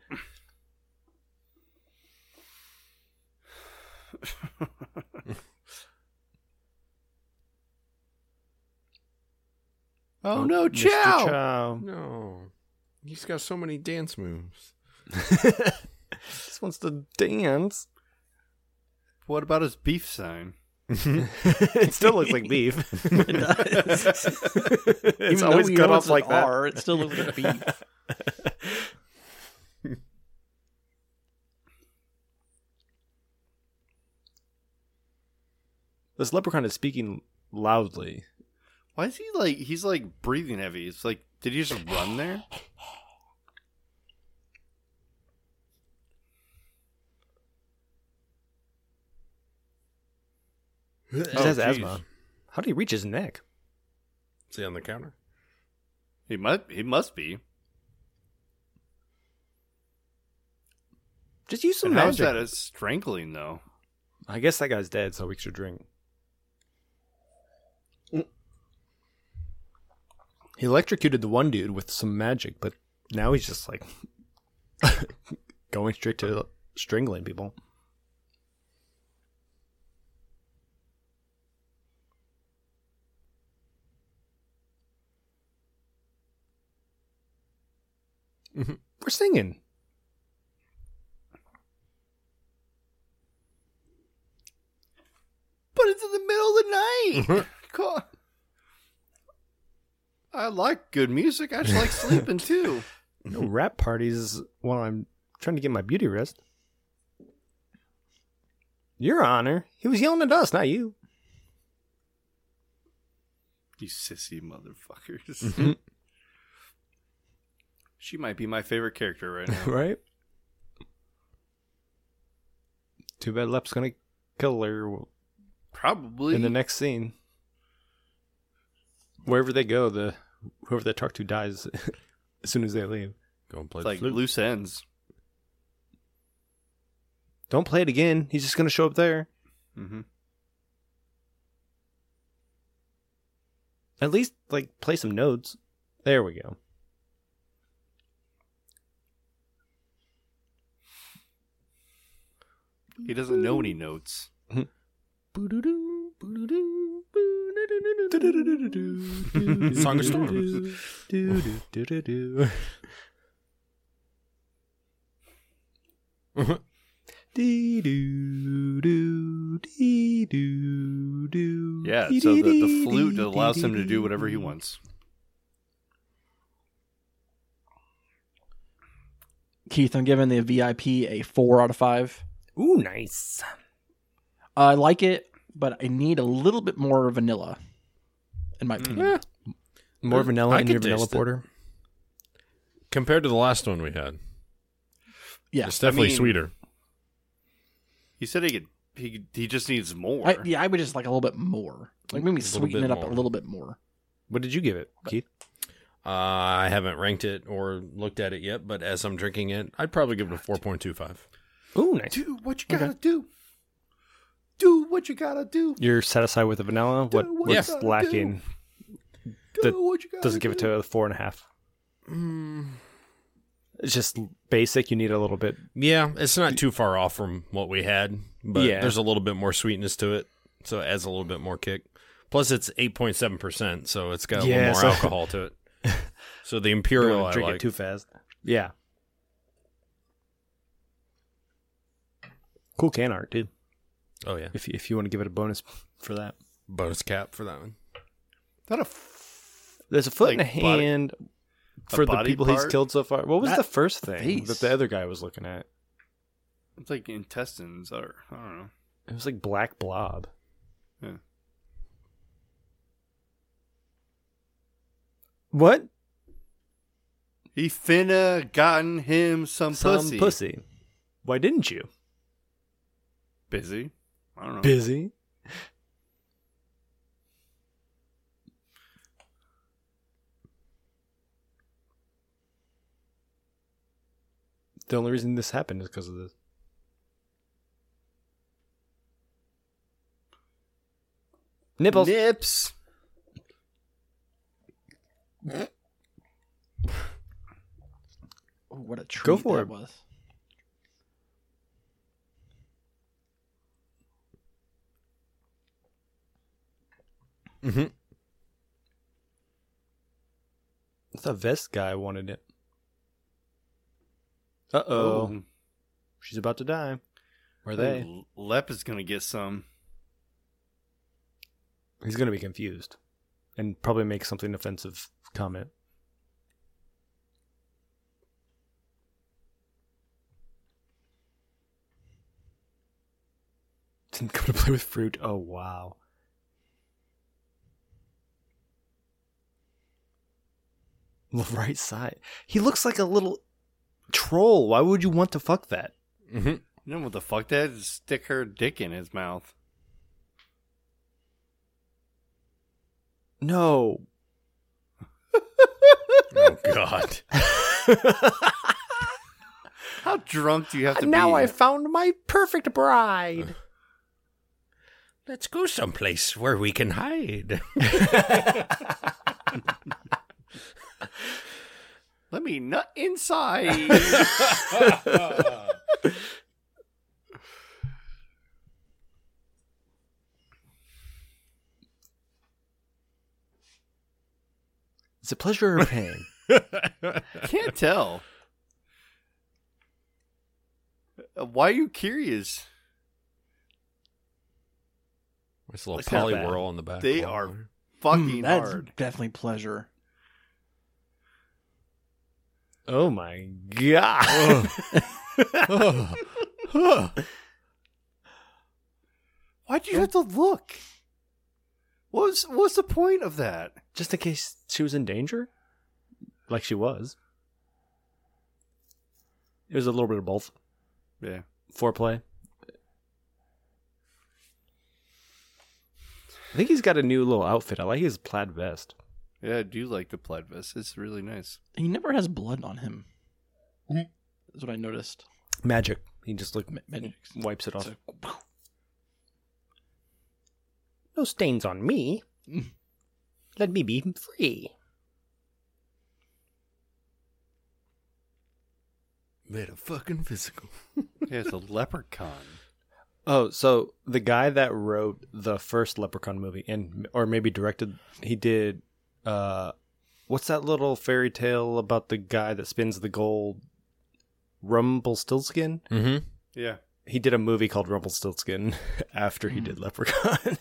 Oh, no,
Mr.
Chow!
Chow.
No, he's got so many dance moves.
Just wants to dance.
What about his beef sign?
it still looks like beef.
It does.
it's
Even though
always
we
cut
know
off
it's an
like that.
R, it still looks like beef.
This leprechaun is speaking loudly.
Why is he like? He's like breathing heavy. It's like, did he just run there?
He has
Oh,
asthma. How did he reach his neck?
Is he on the counter?
He must. He must be.
Just use some
And how's
magic.
that a strangling though?
I guess that guy's dead, so we should drink. He electrocuted the one dude with some magic, but now he's just like going straight to strangling people.
Mm-hmm.
We're singing.
But it's in the middle of the night. Cool. I like good music. I just like sleeping too.
No rap parties while I'm trying to get my beauty rest. Your honor, he was yelling at us, not you.
You sissy motherfuckers. Mm-hmm. She might be my favorite character right now.
right? Too bad Lep's gonna kill her
Probably.
in the next scene. Wherever they go, the whoever they talk to dies as soon as they leave.
Go and play
It's
the
like
flute.
loose ends.
Don't play it again. He's just gonna show up there.
Mm-hmm.
At least like play some notes. There we go.
He doesn't know any notes.
Song of Storms.
Do-do-do-do-do. Dee-doo-doo, dee-doo-doo.
Yeah, so the, the flute allows him to do whatever he wants.
Keith, I'm giving the VIP a four out of five.
Ooh, nice.
I like it, but I need a little bit more vanilla, in my opinion.
More
There's-
vanilla
I
in
could
your vanilla
taste it.
porter.
Compared to the last one we had,
Yeah,
it's definitely
mean-
sweeter.
He said he could. He could- he just needs more.
I, yeah, I would just like a little bit more. Like maybe
A little
sweeten
bit
it up a
more.
little bit more.
What did you give it, Keith?
Uh, I haven't ranked it or looked at it yet, but as I'm drinking it, I'd probably give it a 4.25.
Ooh, nice.
Do what you gotta do. Do what you gotta do.
You're satisfied with the vanilla? What
what
what's
you gotta
lacking?
Do
That
what you gotta
Does it give it to a four and a half? It's just basic. You need a little bit.
Yeah, it's not too far off from what we had, but
Yeah.
there's a little bit more sweetness to it, so it adds a little bit more kick. Plus, it's 8.7%, so it's got a
Yeah,
little more
so-
alcohol to it. So the
Don't
Imperial,
wanna
I
drink
like.
it too fast. Yeah. Cool can art, dude.
oh, yeah.
If you, if you want to give it a bonus for that,
Bonus cap for that one.
Not a f-
there's a foot
Like
and a
body-
hand
a
for the
body
people he's
part?
killed so far. What was
That
the first thing
face.
that the other guy was looking at?
It's like intestines, or I don't know.
It was like black blob.
Yeah.
What?
He finna gotten him some,
Some
pussy.
pussy. Why didn't you?
Busy. I don't know.
Busy. The only reason this happened is because of this. Nipples.
Nips.
Oh, what a treat
Go for
that
it.
was.
Mm-hmm.
the vest guy wanted it. Uh oh. She's about to die. Or they.
Ooh, Lep is gonna get some.
He's going to be confused and probably make something offensive comment. Didn't come to play with fruit. Oh, wow. The right side. He looks like a little troll. Why would you want to fuck that?
Mm-hmm.
You know what the fuck that is? Stick her dick in his mouth.
No.
Oh, God.
How drunk do you have to be?
found my perfect bride.
Let's go someplace where we can hide.
Let me nut inside.
Is it
Mm,
pleasure or pain?
Can't tell. Uh, Why are you curious?
It's a little
It's not
poly
bad.
whirl on the back.
They
wall
are
there.
Fucking
Mm, that's
hard.
definitely pleasure.
oh my god.
Why'd you have to look? What was what's the point of that?
Just in case she was in danger? Like she was. It was a little bit of both.
Yeah.
Foreplay. I think he's got a new little outfit. I like his plaid vest.
Yeah, I do like the plaid vest. It's really nice.
He never has blood on him. That's what I noticed.
Magic. He just like
Ma- magic.
wipes it off.
So-
No stains on me. Let me be free.
Metafucking physical.
Yeah, it's a leprechaun.
Oh, so the guy that wrote the first Leprechaun movie and or maybe directed, he did. uh What's that little fairy tale about the guy that spins the gold? Rumpelstiltskin.
Mm.
Mm-hmm.
Yeah.
He did a movie called Rumpelstiltskin after
Mm.
he did Leprechaun,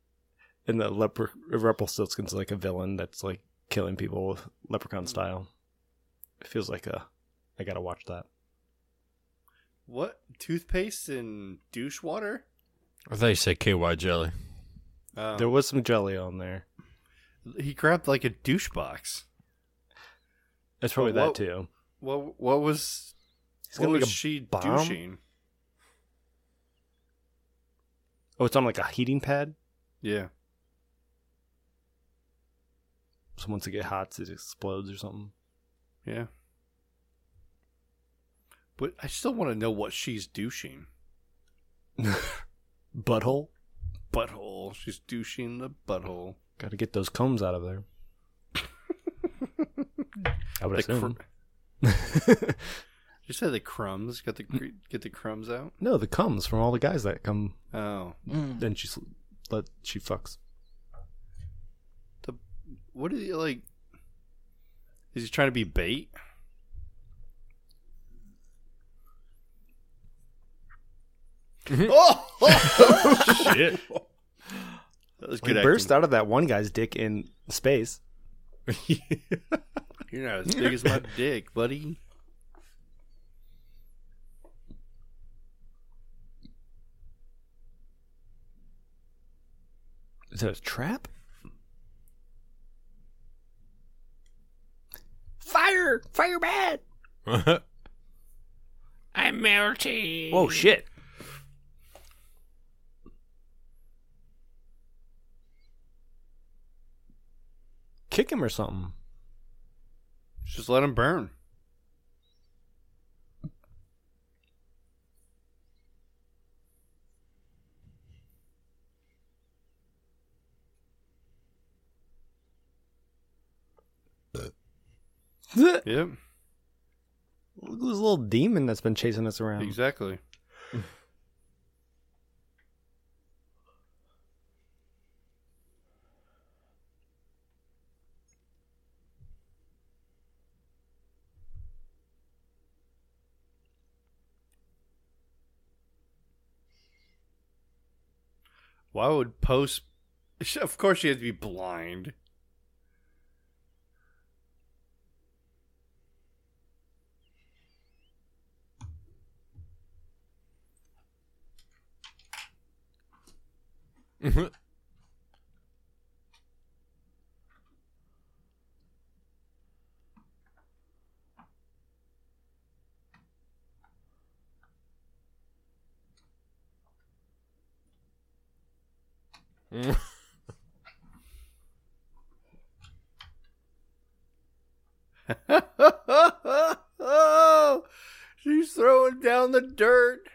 and the leper Rumpelstiltskin's like a villain that's like killing people with Leprechaun style. It feels like a. I gotta watch that.
What toothpaste and douche water?
I thought you said KY jelly.
Um,
There was some jelly on there.
he grabbed like a douche box.
That's probably
Well,
that
what-
too.
What what was
He's
what
gonna make
was
a
she
bomb?
douching?
Oh, it's on like a heating pad.
Yeah.
So once it gets hot, it explodes or something.
Yeah. But I still want to know what she's douching.
Butthole.
Butthole. She's douching the butthole.
Got to get those combs out of there. I would
The
assume.
cr- you said the crumbs. Got the cr- get the crumbs out.
no, the combs from all the guys that come.
Oh,
Mm.
Then she sl- let she fucks.
the what is he like? Is he trying to be bait?
Mm-hmm.
oh, shit! Oh! That was
He
good.
burst
acting.
out of that one guy's dick in space.
You're not as big as my dick, buddy.
Is that a trap? Fire! Fire bad!
I'm melting.
Whoa, shit! Kick him or something.
Just let him burn.
Look
Yep,
at this little demon that's been chasing us around.
exactly. Why would post? Of course, she had to be blind. She's throwing down the dirt.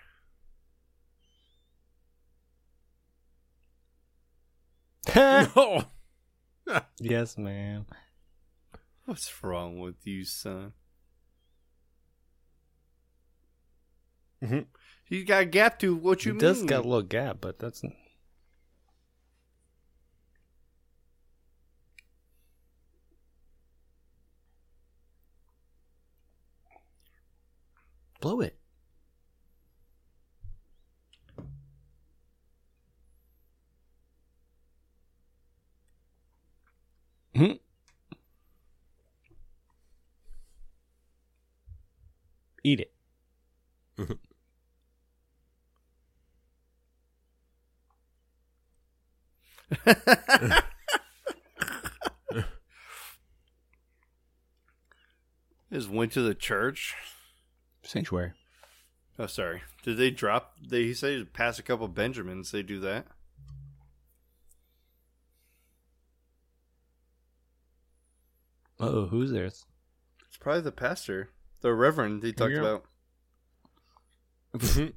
no.
yes, ma'am.
What's wrong with you, son? He's got a gap to what you
It
mean.
Mm-hmm. does got a little gap, but that's blow it. Mhm. Eat it.
Just went to the church.
Sanctuary.
Oh, sorry. Did they drop? They he said he'd pass a couple Benjamins. They do that.
Uh oh, who's there?
It's probably the pastor, the reverend he talked
Yeah.
about.
Mm-hmm.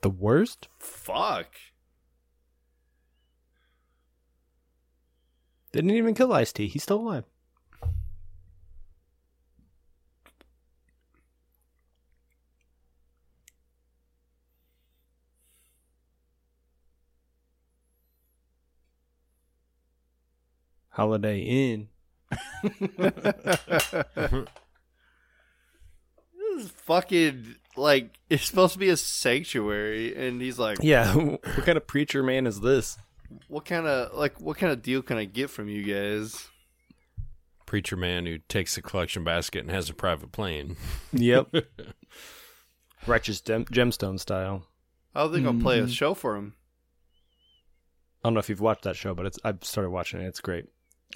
the worst?
Fuck.
They didn't even kill Ice T. He's still alive. Holiday Inn. Mm-hmm.
This is fucking like it's supposed to be a sanctuary, and he's like,
Yeah, what kind of preacher man is this?
"What kind of like what kind of deal can I get from you guys?"
Preacher man who takes the collection basket and has a private plane.
Yep. Righteous gem- gemstone style.
I don't think I'll
Mm-hmm.
play a show for him.
I don't know if you've watched that show, but it's I've started watching it. It's great.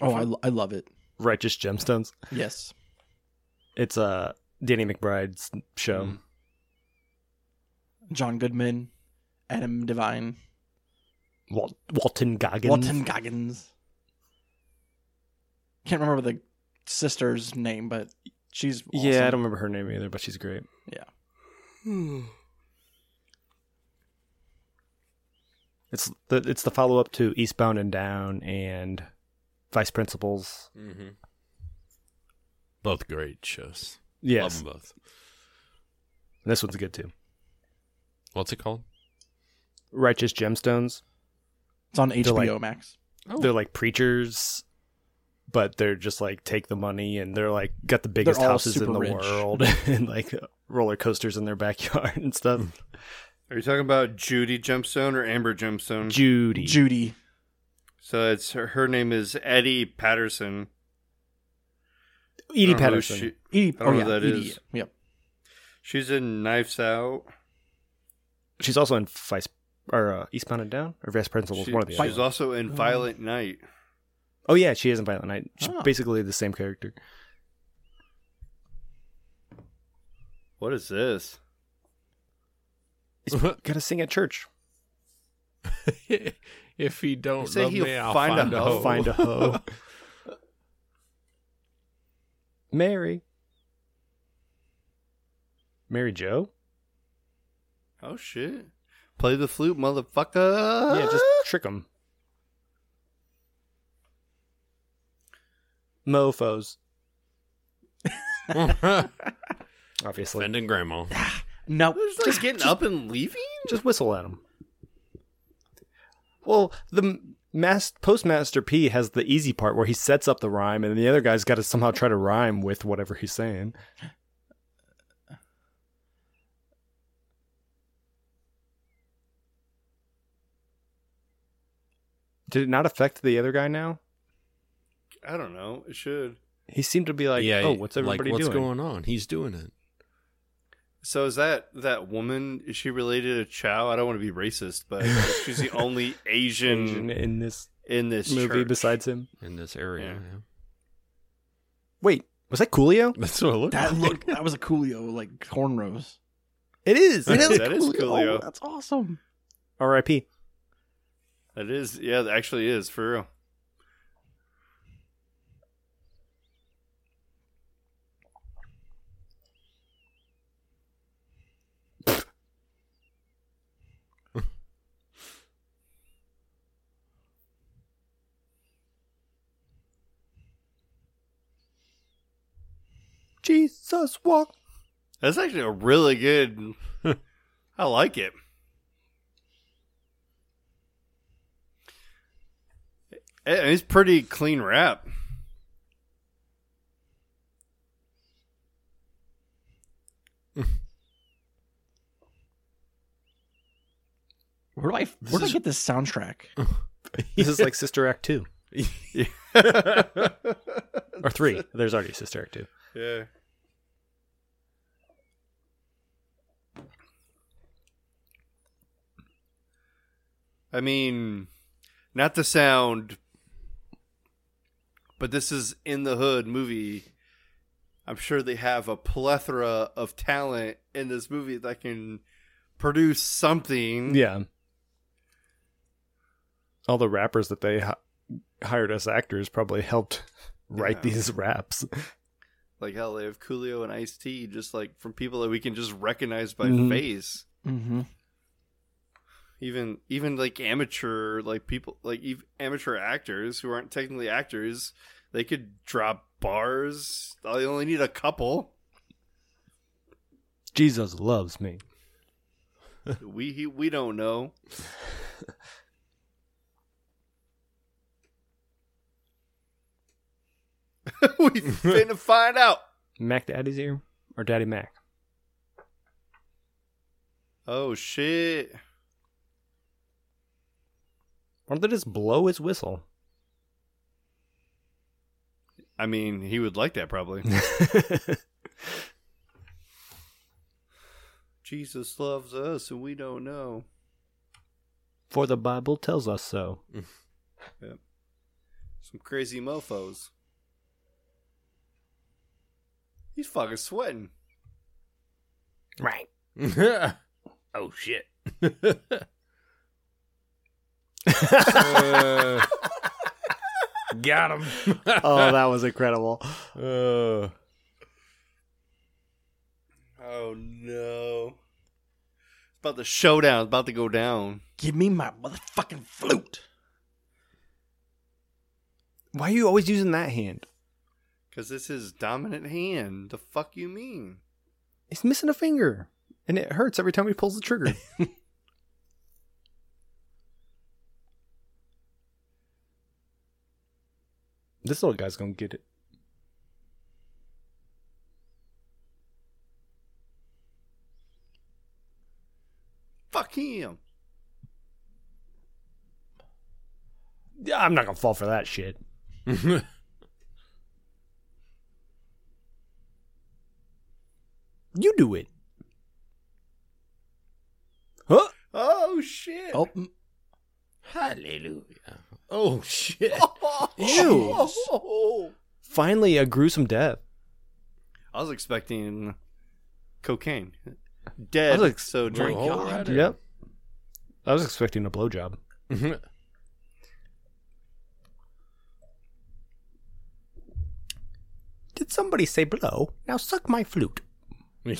Oh, I, lo- I love it.
Righteous gemstones.
Yes.
It's uh Danny McBride's show.
John Goodman, Adam Devine,
Wal- Walton Goggins.
Walton Goggins. Can't remember the sister's name, but she's awesome.
Yeah, I don't remember her name either, but she's great.
Yeah.
It's the it's the follow up to Eastbound and Down and Vice Principals.
Mm-hmm. Both great shows. Love
Yes,
'em both.
and this one's good too.
What's it called?
Righteous Gemstones.
It's on HBO
like-
Max.
They're like preachers, but they're just like take the money and they're like got the biggest
all
houses in
super
the
rich.
world and like roller coasters in their backyard and stuff.
Are you talking about Judy Jumpstone or Amber Jumpstone?
Judy.
Judy.
so it's her, her name is Eddie Patterson. I
Edie
don't know who
Patterson.
she-
Edie.
I don't
oh,
know
yeah,
who that
Edie.
is.
Yep.
she's in Knives Out.
She's also in Vice or uh, Eastbound and Down or Vice Principals.
She-
one of the
she's
other.
also in Violent Night.
Oh yeah, she is in Violent Night. She's
Ah.
basically the same character.
What is this?
He's gotta sing at church.
if he don't
Say
Oh, love
he'll
me, I'll
find
find,
a
a
hoe.
hoe.
Find a hoe. Mary. Mary Joe?
Oh shit! Play the flute, motherfucker.
Yeah, just trick him. Mofos, obviously.
Offending grandma.
No.
It's like getting up and leaving.
Just whistle at him. Well, the m- mas- postmaster P has the easy part where he sets up the rhyme, and the other guy's got to somehow try to rhyme with whatever he's saying. Did it not affect the other guy now?
I don't know. It should.
He seemed to be like,
yeah,
"Oh, what's
like,
everybody
what's
doing?"
going on? He's doing it.
So is that that woman? Is she related to Chow? I don't want to be racist, but she's the only
in,
Asian
in this
in this
movie
church.
besides him?
in this area.
Yeah.
yeah.
Wait, was that Coolio?
That's what it looked
That
like.
looked. That was a Coolio, like cornrows.
It is. It is.
that is Coolio.
Oh, that's awesome.
R.I.P.
That is, yeah, that actually is for real.
Jesus walk.
That's actually a really good. I like it. Eh, It's pretty clean rap.
Where do I? Where do I get this soundtrack?
This is like Sister Act two or three. There's already Sister Act two.
Yeah. I mean, Not to sound, but this is in the hood movie. I'm sure they have a plethora of talent in this movie that can produce something.
Yeah. All the rappers that they hi- hired as actors probably helped write
Yeah.
these raps.
Like hell, they have Coolio and Ice T, just like from people that we can just recognize by
Mhm.
face.
Mm-hmm.
Even even like amateur like people like ev- amateur actors who aren't technically actors, they could drop bars. They only need a couple.
Jesus loves me.
we he, we don't know. we finna find out.
Mac Daddy's here or Daddy Mac?
Oh shit!
Or they just blow his whistle.
I mean, he would like that probably. Jesus loves us, and we don't know.
For the Bible tells us so.
Some crazy mofo's. He's fucking sweating.
Right.
oh shit! Got him.
Oh, that was incredible.
Uh,
Oh no! It's about the showdown. It's about to go down.
Give me my motherfucking flute.
Why are you always using that hand?
Cause this is dominant hand. The fuck you mean?
He's missing a finger. And it hurts every time he pulls the trigger. this little guy's gonna get it.
Fuck him.
Yeah, I'm not gonna fall for that shit. You do it. Huh?
Oh shit!
Oh, mm,
Hallelujah. Oh shit.
Ew. Finally, a gruesome death.
I was expecting cocaine. Dead.
I was ex-
so drink.
Oh, alright.
Yep. I was expecting a blowjob. Did somebody say blow? Now suck my flute.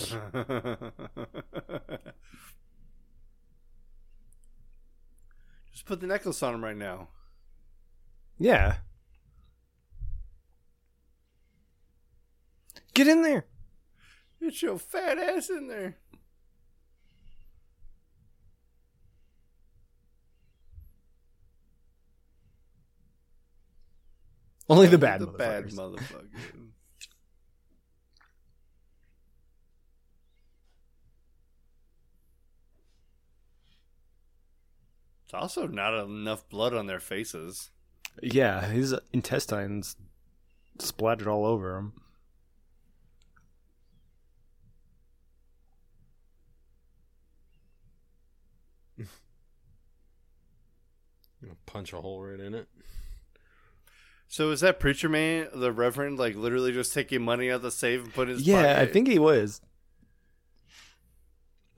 Just put the necklace on him right now.
Yeah. Get in there.
Get your fat ass in there.
Only the bad
the
motherfuckers.
bad motherfucker. It's also not enough blood on their faces.
yeah, his intestines splattered all over him.
Punch a hole right in it.
So is that preacher man, the reverend, like literally just taking money out of the safe and putting his
yeah, I
pocket?
think he was.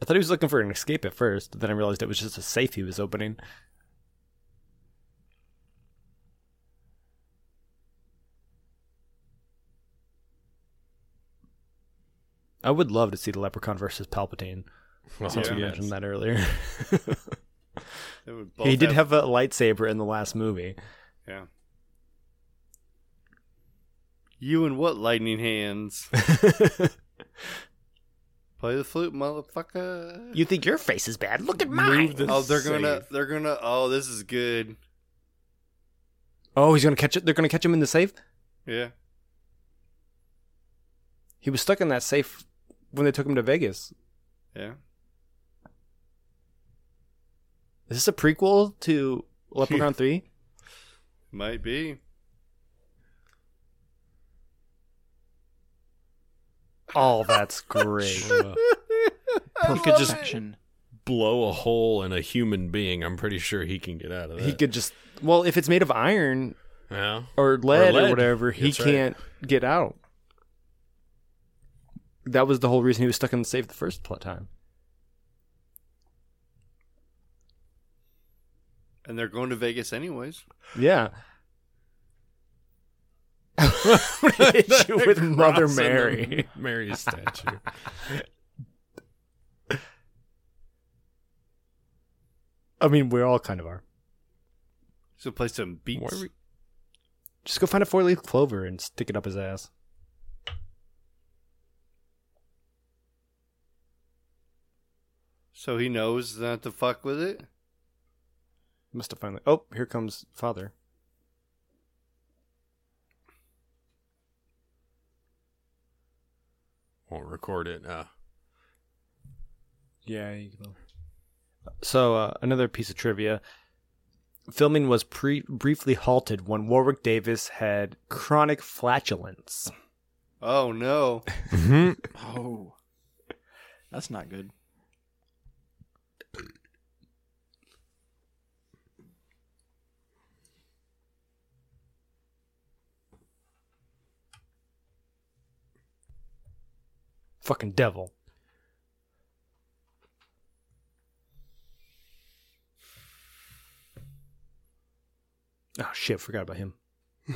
I thought he was looking for an escape at first, then I realized it was just a safe he was opening. I would love to see the Leprechaun versus Palpatine. Since we
Yeah.
mentioned that earlier,
They would both
he did have a lightsaber in the last movie.
yeah. You and what lightning hands? Play the flute, motherfucker.
you think your face is bad? Look at
mine. the
oh, they're gonna,
safe.
they're gonna. Oh, this is good.
Oh, he's gonna catch it. They're gonna catch him in the safe.
Yeah.
He was stuck in that safe when they took him to Vegas.
Yeah.
Is this a prequel to Leprechaun 3?
Might be.
Oh, that's great. Oh,
I love it.
perfection.
blow a hole in a human being, I'm pretty sure he can get out of that.
He could just well, if it's made of iron
Yeah.
or lead or,
lead.
whatever, he
That's right.
can't get out. That was the whole reason he was stuck in the safe the first pl- time.
And they're going to Vegas anyways.
Yeah. issue with Mother
Crossing the
Mary.
Mary's statue.
I mean, we all kind of are.
So play some
Why
beats.
are we-
Just go find a four leaf clover and stick it up his ass.
so he knows not to fuck with it.
Must have finally. Oh, here comes father.
Won't record it. Uh,
Yeah. You can... So uh, another piece of trivia: filming was pre- briefly halted when Warwick Davis had chronic flatulence.
Oh no.
Oh, that's not good.
Fucking devil. Oh shit! Forgot about him.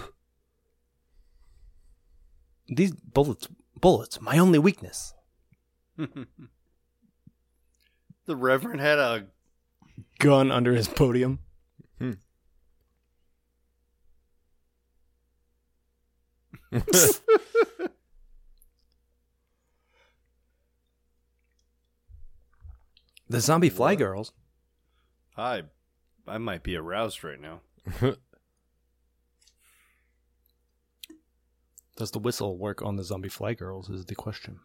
These bullets, bullets, my only weakness.
The Reverend had a
Gun under his podium. The zombie fly girls.
I I might be aroused right now.
Does the whistle work on the zombie fly girls? Is the question.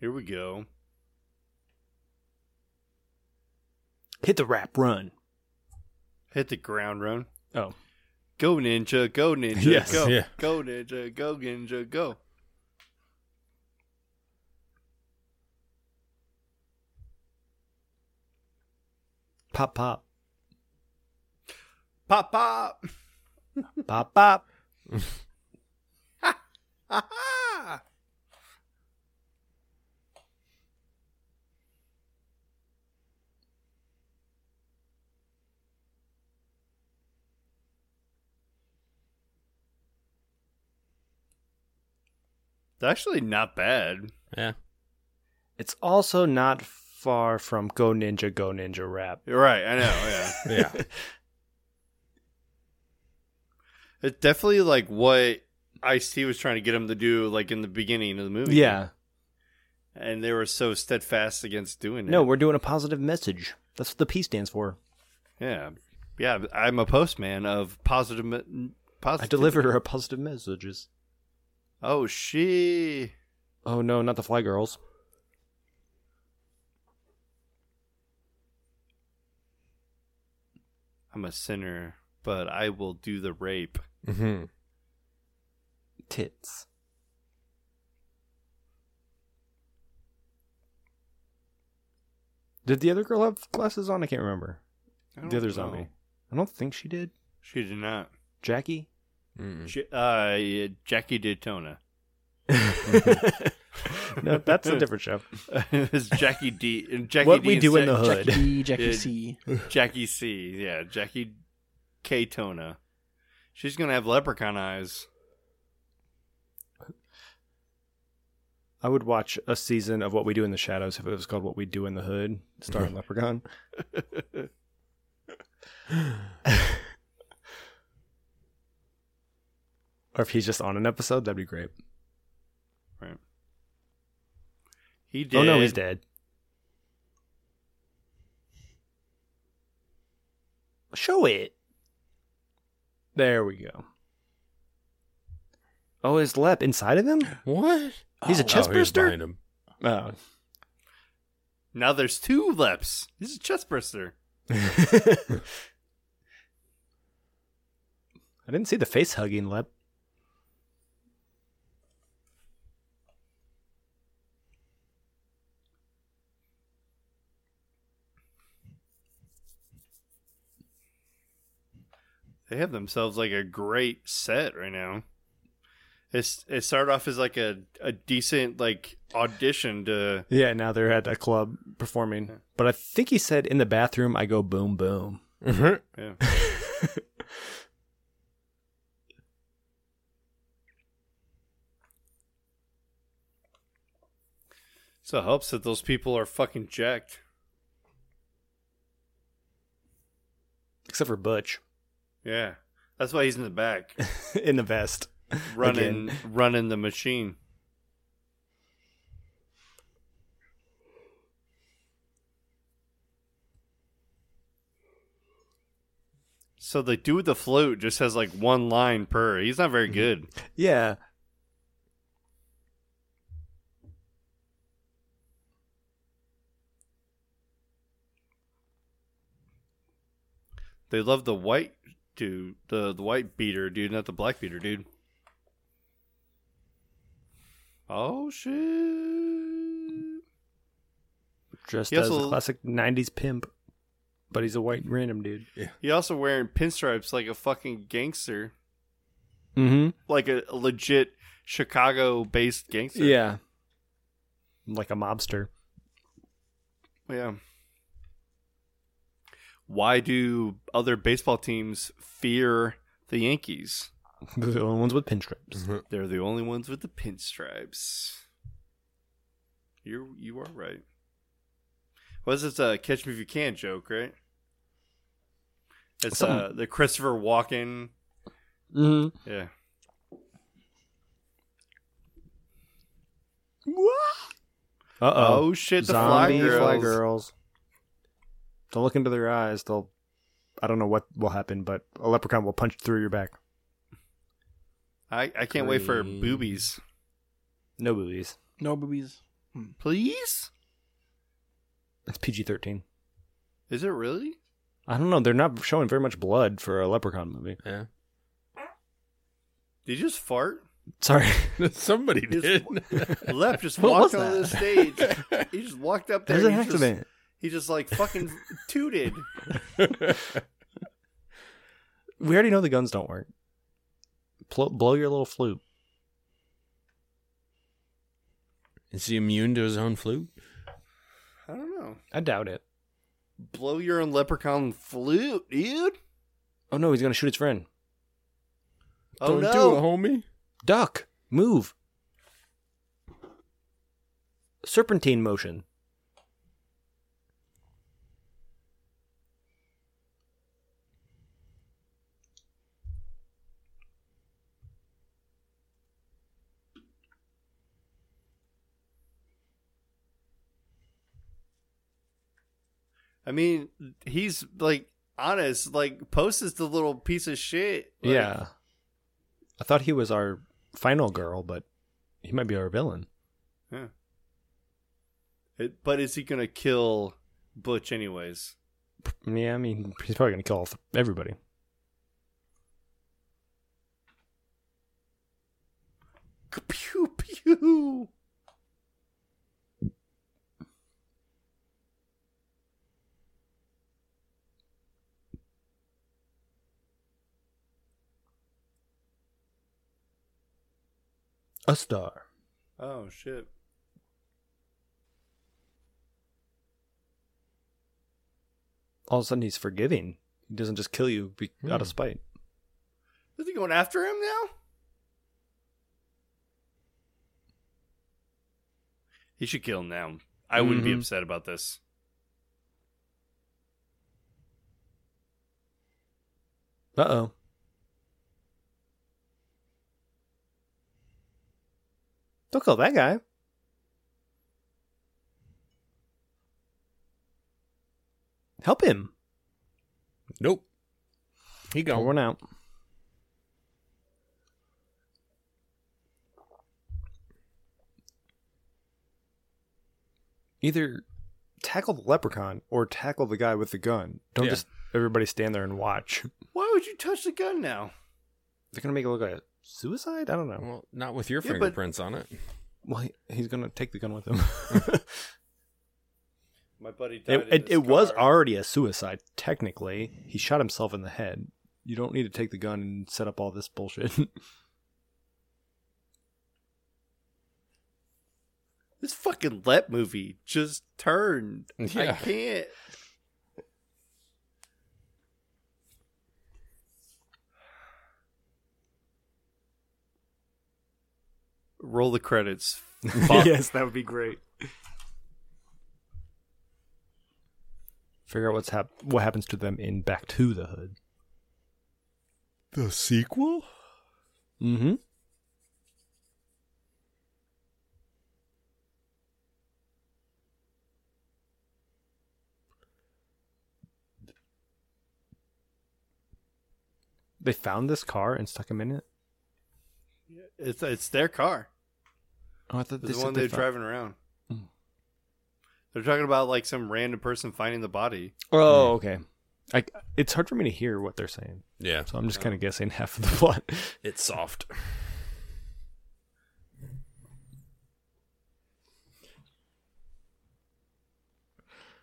Here we go.
Hit the rap, run.
Hit the ground run.
Oh,
Go ninja, go ninja,
Yes,
go.
yeah.
Go ninja, go ninja, go.
pop, pop,
Pop pop.
pop, pop.
Aha! It's actually not bad.
yeah.
It's also not far from Go Ninja, Go Ninja rap.
You're right, I know, yeah.
Yeah.
It's definitely like what Ice T was trying to get him to do, like in the beginning of the movie.
Yeah.
and they were so steadfast against doing
No,
it.
we're doing a positive message. That's what the P stands for.
yeah, yeah. I'm a postman of positive.
I
Positive.
deliver her positive messages.
Oh, she.
Oh no, not the fly girls.
I'm a sinner, but I will do the rape.
Mm-hmm.
Mhm.
Tits. Did the other girl have glasses on? I can't remember.
I don't
the other
know.
zombie. I don't think she did.
She did not.
Jackie? Mm-hmm.
Mm.
She, uh, yeah, Jackie Daytona.
No, that's a different show.
it was Jackie D. and Jackie
What
D
we
and
do in
Sa-
the hood.
Jackie D, Jackie
Good.
C.
Jackie C. Yeah, Jackie K. Tona. She's gonna have leprechaun eyes.
I would watch a season of What We Do in the Shadows if it was called What We Do in the Hood, starring Leprechaun. or if he's just on an episode, that'd be great.
Right. He did.
Oh no, he's dead. Show it. There we go. Oh, his lep inside of him?
What?
He's a
Oh,
chest
he was
burster?
behind him.
Oh.
Now there's two lips. He's a chest burster.
Oh. I didn't see the face hugging lep.
They have themselves like a great set right now. It's it started off as like a, a decent like audition to
Yeah, now they're at a club performing. But I think he said in the bathroom, I go boom, boom.
yeah. so it helps that those people are fucking jacked.
Except for Butch
Yeah. That's why he's in the back
in the vest.
running running the machine. So the dude with the flute just has like one line per. He's not very good.
Yeah.
They love the white dude, the the white beater dude, not the black beater dude. Oh shit!
Dressed
He
as
also-
a classic 90s pimp. But he's a white random dude.
He also wearing pinstripes like a fucking gangster,
Mm
like a legit Chicago-based gangster.
Yeah. Like a mobster.
yeah. Why do other baseball teams fear the Yankees?
They're the only ones with pinstripes.
They're the only ones with the pinstripes. You you are right. Was this a "Catch Me If You Can" joke, right? It's uh, the Christopher Walken.
Mm
Yeah.
hmm. Uh
Oh, shit! The
Zombie
fly girls.
girls. Don't look into their eyes. They'll. I don't know what will happen, but a leprechaun will punch through your back.
I I can't wait for
Green.
boobies.
No boobies.
No boobies.
Please.
It's PG 13.
Is it really?
I don't know. They're not showing very much blood for a leprechaun movie.
Yeah.
Did you just fart?
Sorry.
Somebody did.
Lep just
What
walked
was
on the
that?
stage. he just walked up there.
There's an
and he just-
accident.
he just like fucking tooted.
We already know the guns don't work. Pl- blow your little flute.
Is he immune to his own flute?
I don't know.
I doubt it.
blow your own leprechaun flute, dude.
Oh no, he's gonna shoot his friend.
Oh
Don't do it,
no!
homie.
Duck. Move. Serpentine motion.
I mean, he's like honest. Like, Post is the little piece of shit. Like,
yeah. I thought he was our final girl, but he might be our villain.
it- but is he gonna kill Butch anyways?
Yeah, I mean, he's probably going to kill all th- everybody.
Pew pew.
A star.
Oh shit!
All of a sudden, he's forgiving. He doesn't just kill you be- out of spite.
Is he going after him now? He should kill him now. I wouldn't be
Mm-hmm.
Mhm.
upset about this.
Uh oh. Don't kill that guy. Help him.
Nope. He
Got
gone.
one out. Either tackle the leprechaun or tackle the guy with the gun. Don't
Yeah.
just everybody stand there and watch.
Why would you touch the gun now?
They're gonna make it look like a suicide. I don't know.
Well, not with your
Yeah, but-
fingerprints on it.
Well, he, he's gonna take the gun with him.
My buddy died.
it
in
it,
his
it was
car.
already a suicide technically. He shot himself in the head, You don't need to take the gun and set up all this bullshit.
This fucking Let movie just turned. I
Yeah.
can't. Roll the credits. Fuck.
that would be great. Figure out what's hap- what happens to them in Back to the Hood.
The sequel?
Mm-hmm. They found this car and stuck him in it.
It's it's their car.
Oh, I thought
It's the one they're driving around. They're talking about like some random person finding the body.
Oh, okay. I, it's hard for me to hear what they're saying,
Yeah,
so I'm just kind of guessing half of the plot.
it's soft.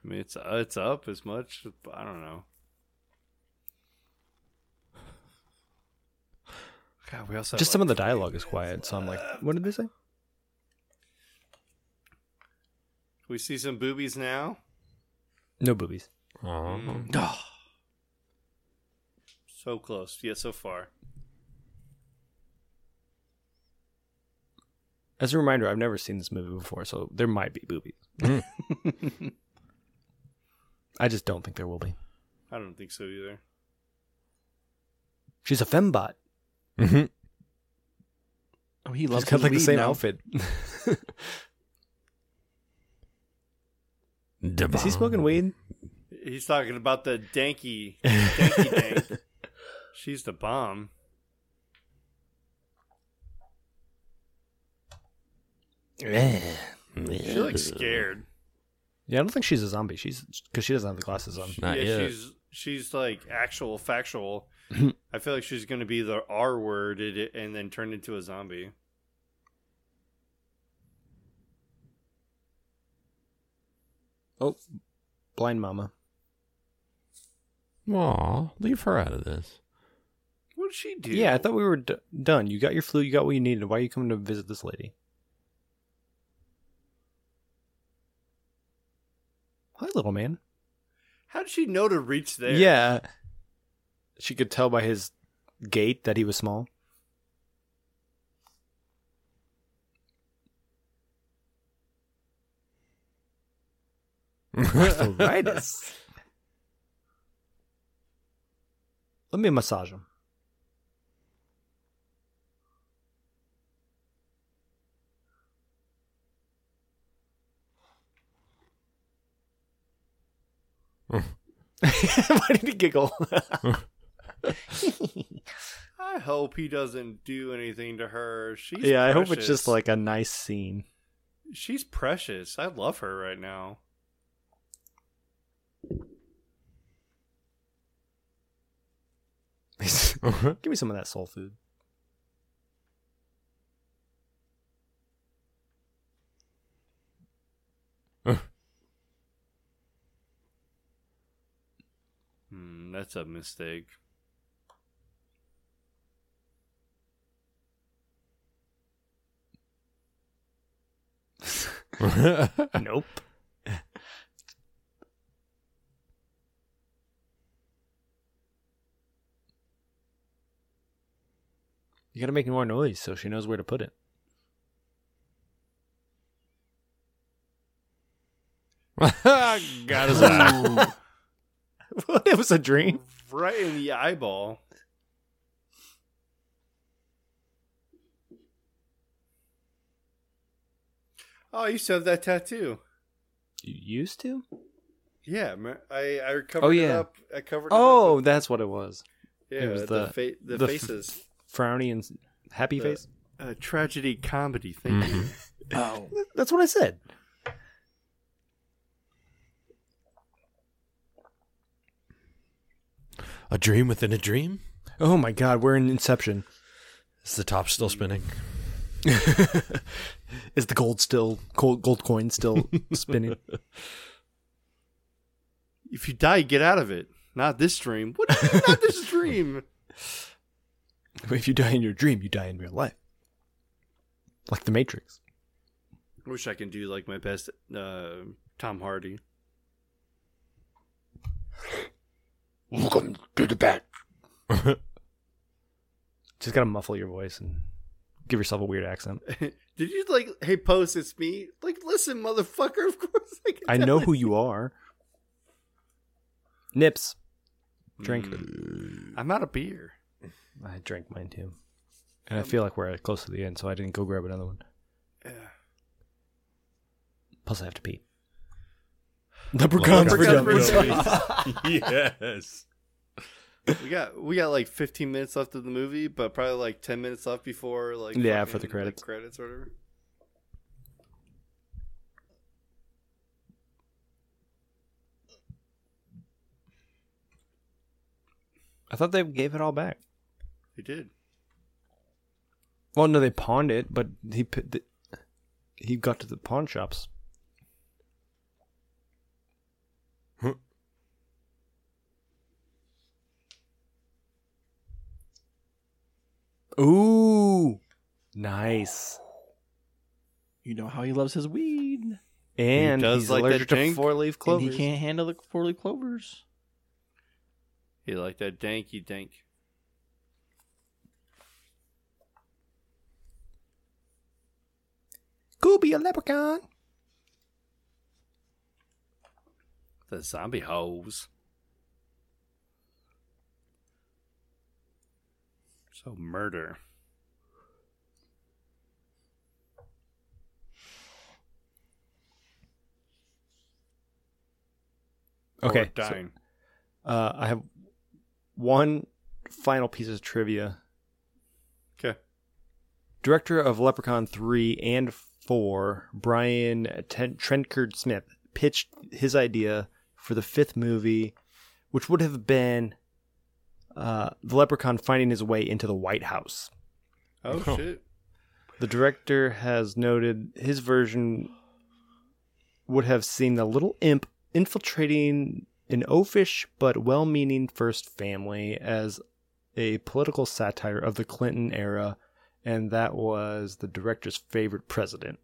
I mean, it's uh, it's up as much. I don't know. God, we also have,
just
like,
some of the dialogue is quiet, so I'm like, what did they say?
We see some boobies now.
No boobies.
Oh.
Mm.
Aw.
So close. Yeah, so far.
As a reminder, I've never seen this movie before, so there might be boobies. Mm. I just don't think there will be.
I don't think so either.
She's a fembot.
Oh, he
She's
loves
got like the
weed
same
now.
outfit.
Devon.
is he smoking weed?
He's talking about the danky, danky dank. She's the bomb.
yeah,
She looks scared.
I don't think she's a zombie. She's because she doesn't have the glasses on.
Not
yeah,
yet.
she's she's like actual factual. I feel like she's going to be the R worded and then turn into a zombie.
Oh, blind mama.
Aw, leave her out of this.
What did she do?
Yeah, I thought we were d- done. You got your flu. You got what you needed. Why are you coming to visit this lady? Hi, little man.
How did she know to reach there?
Yeah. She could tell by his gait that he was small. Arthritis. Let me massage him. Why did he giggle?
I hope he doesn't do anything to her. She's
yeah, I hope it's
precious.
just like a nice scene.
she's precious. I love her right now.
Give me some of that soul food.
Hmm, that's a mistake.
nope. You gotta make more noise so she knows where to put it.
Got his eye.
What? It was a dream.
Right in the eyeball. Oh, I used to have that tattoo.
You used to?
Yeah, ma- I I covered
Oh,
it
yeah.
up. I covered. it up.
Oh, that's what it was.
yeah,
it was
the
the-
fa- the,
the f-
faces.
Frowny and s- happy
The-
face.
uh, tragedy comedy. Thank
Mm-hmm.
you.
Oh,
That's what I said.
a dream within a dream.
Oh my god, we're in Inception.
Is the top still spinning?
Is the gold still gold, gold coin still spinning?
If you die, get out of it. Not this dream. What? Not this dream.
If you die in your dream, you die in real life. Like the Matrix.
Wish I can do like my best uh, Tom Hardy.
Welcome to the bat.
Just gotta muffle your voice and give yourself a weird accent.
Did you like, hey, post, it's me? Like, listen, motherfucker, of course I can.
I know who you are. Nips. Drink.
Mm. I'm out of beer.
I drank mine too. And I feel like we're close to the end, so I didn't go grab another one. Plus, I have to pee. Leprechauns for
Leprechauns for
dummies.
yes.
We got we got like 15 minutes left of the movie, but probably like 10 minutes left before like
Yeah, for the
like,
credits.
credits or whatever.
I thought they gave it all back.
He did.
Well, no, they pawned it, but he p- th- he got to the pawn shops. Ooh, nice.
You know how he loves his weed.
And
He does
he's
like that
allergic to
dank-
four-leaf
And
clovers.
he can't handle the four leaf clovers.
He liked that danky dank.
Go be a leprechaun.
The zombie hoes. So murder.
Okay,
Or
so-
dying.
Uh, I have one final piece of trivia.
okay.
Director of Leprechaun 3 and 4, Brian Ten- Trenkard Smith, pitched his idea for the fifth movie, which would have been uh, the leprechaun finding his way into the White House.
Oh shit.
The director has noted his version would have seen the little imp infiltrating an oafish but well meaning first family as a political satire of the Clinton era, and that was the director's favorite president.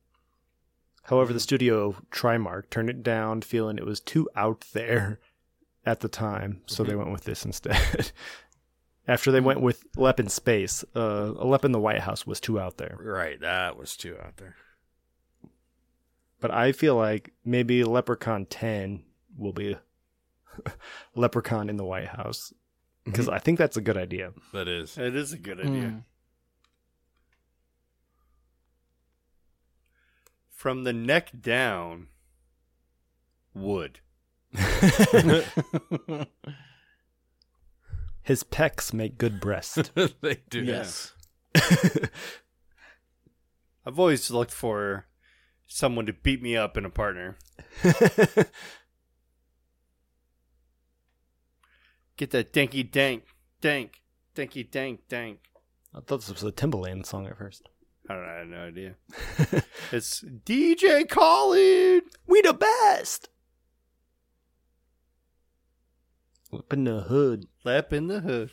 However, the studio Trimark turned it down, feeling it was too out there at the time, so they went with this instead. After they went with Lep in Space, uh, Lep in the White House was too out there.
Right, that was too out there.
but I feel like maybe Leprechaun 10 will be Leprechaun in the White House because I think that's a good idea.
That is.
That is a good
Hmm.
idea. From the neck down, wood.
His pecs make good breast.
they do.
Yes.
I've always looked for someone to beat me up in a partner. Get that danky dank, dank, danky dank, dank.
I thought this was a Timbaland song at first.
I don't know. I have no idea. it's DJ Khaled.
We the best! Lep in the hood.
Lep in the hood.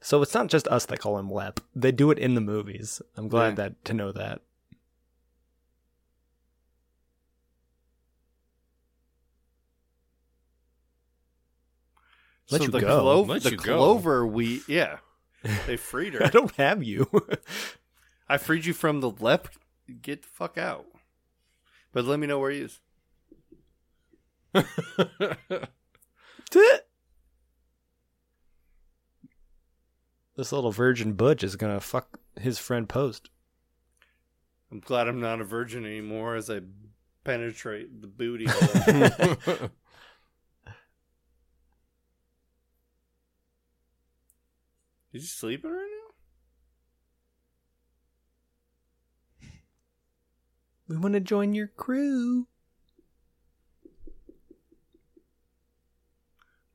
So it's not just us that call him Lep. They do it in the movies. I'm glad
Yeah.
that to know that. Let
so
you
the
go.
clo-
Let
the
you go.
clover wheat. Yeah, they freed her.
I don't have you.
I freed you from the lep. Get the fuck out. But let me know where he is.
this little virgin Butch is gonna fuck his friend Post.
I'm glad I'm not a virgin anymore as I penetrate the booty. Is he sleeping right now?
We want to join your crew.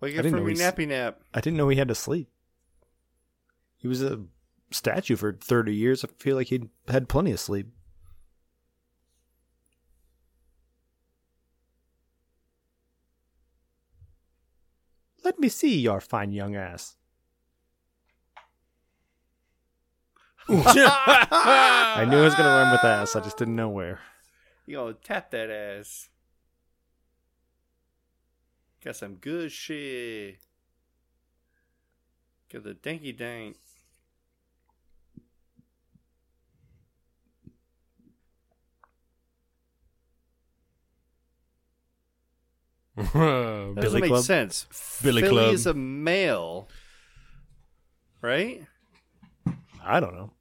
Wake
I
up
didn't
from
know
your
he's-
nappy nap.
I didn't know he had to sleep. He was a statue for thirty years. I feel like he'd had plenty of sleep. Let me see your fine young ass. I knew I was going to run with ass. I just didn't know where.
You gonna tap that ass. Got some good shit. Got the danky dank. That doesn't
Billy
make
Club?
sense.
Billy
Philly
Club.
is a male, right?
I don't know.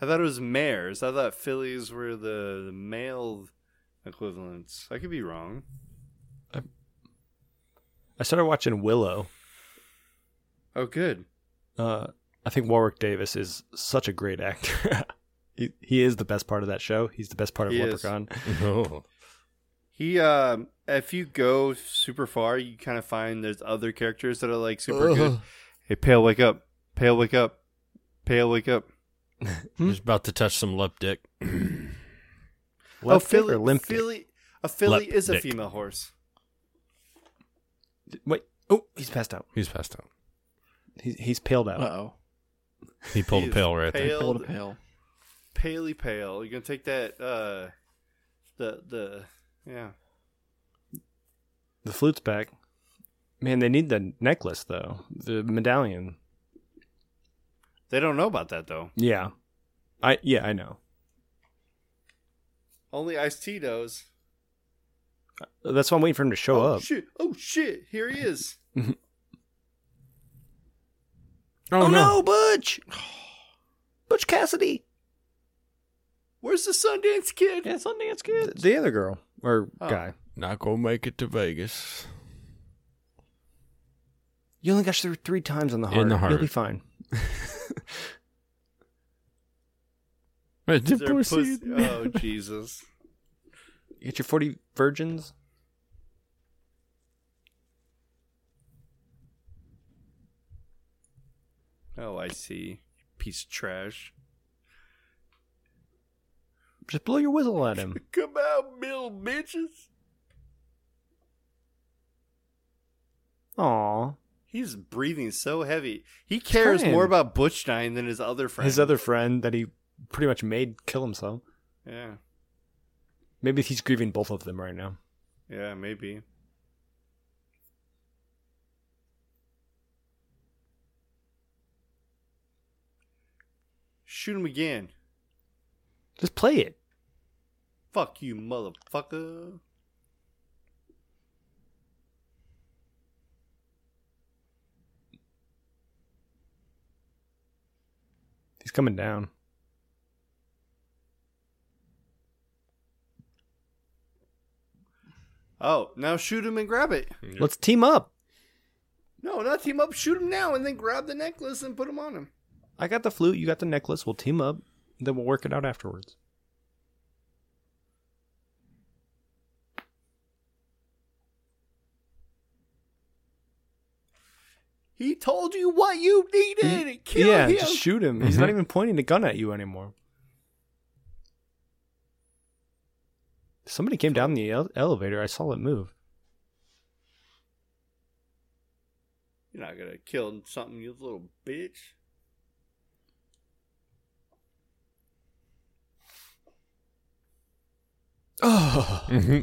I thought it was mares. I thought Phillies were the, the male equivalents. I could be wrong.
I started watching Willow.
Oh, good.
Uh, I think Warwick Davis is such a great actor. he, he is the best part of that show. He's the best part of
He is.
Leprechaun.
Oh.
He, um, if you go super far, you kind of find there's other characters that are like super good. Hey, Pale, wake up. Pale, wake up. Pale, wake up.
I'm just about to touch some lep dick.
Left
oh,
dick
Philly,
or limp dick?
Philly, a Philly
Lep
is a
dick.
female horse.
Wait. Oh, he's passed out.
He's passed out.
He's, he's paled out.
Uh oh.
He pulled
He
a
is
pill right there.
pale.
Pale to pale.
Paley pale. You're gonna take that, uh, the the yeah.
The flute's back. Man, they need the necklace though. The medallion.
They don't know about that though.
Yeah. I yeah, I know.
Only Ice T knows.
That's why I'm waiting for him to show
oh
up.
shit! Oh shit! Here he is.
Oh,
Butch! Butch Cassidy.
Where's the Sundance Kid?
Yeah, Sundance
The,
Kid.
the other girl or
Oh.
guy.
Not gonna make it to Vegas.
You only got through three times on the
In the heart.
You'll be fine.
Is there a pussy- Oh Jesus!
You get your forty virgins.
Oh, I see. Piece of trash.
Just blow your whistle at him.
Come out, Bill bitches.
Aw.
He's breathing so heavy. He cares
crying.
more about Butchstein than his other friend.
His other friend that he pretty much made kill himself.
Yeah.
Maybe he's grieving both of them right now.
Yeah. Maybe. Shoot him again.
Just play it.
Fuck you, motherfucker.
He's coming down.
Oh, now shoot him and grab it.
Let's team up.
No, not team up. Shoot him now and then grab the necklace and put him on him.
I got the flute, you got the necklace, we'll team up, then we'll work it out afterwards.
He told you what you needed. Kill
yeah,
him. Mm-hmm.
just shoot him. He's not
Mhm.
even pointing the gun at you anymore. Somebody came down the ele- elevator. I saw it move.
You're not gonna kill something, you little bitch.
Oh,
hmm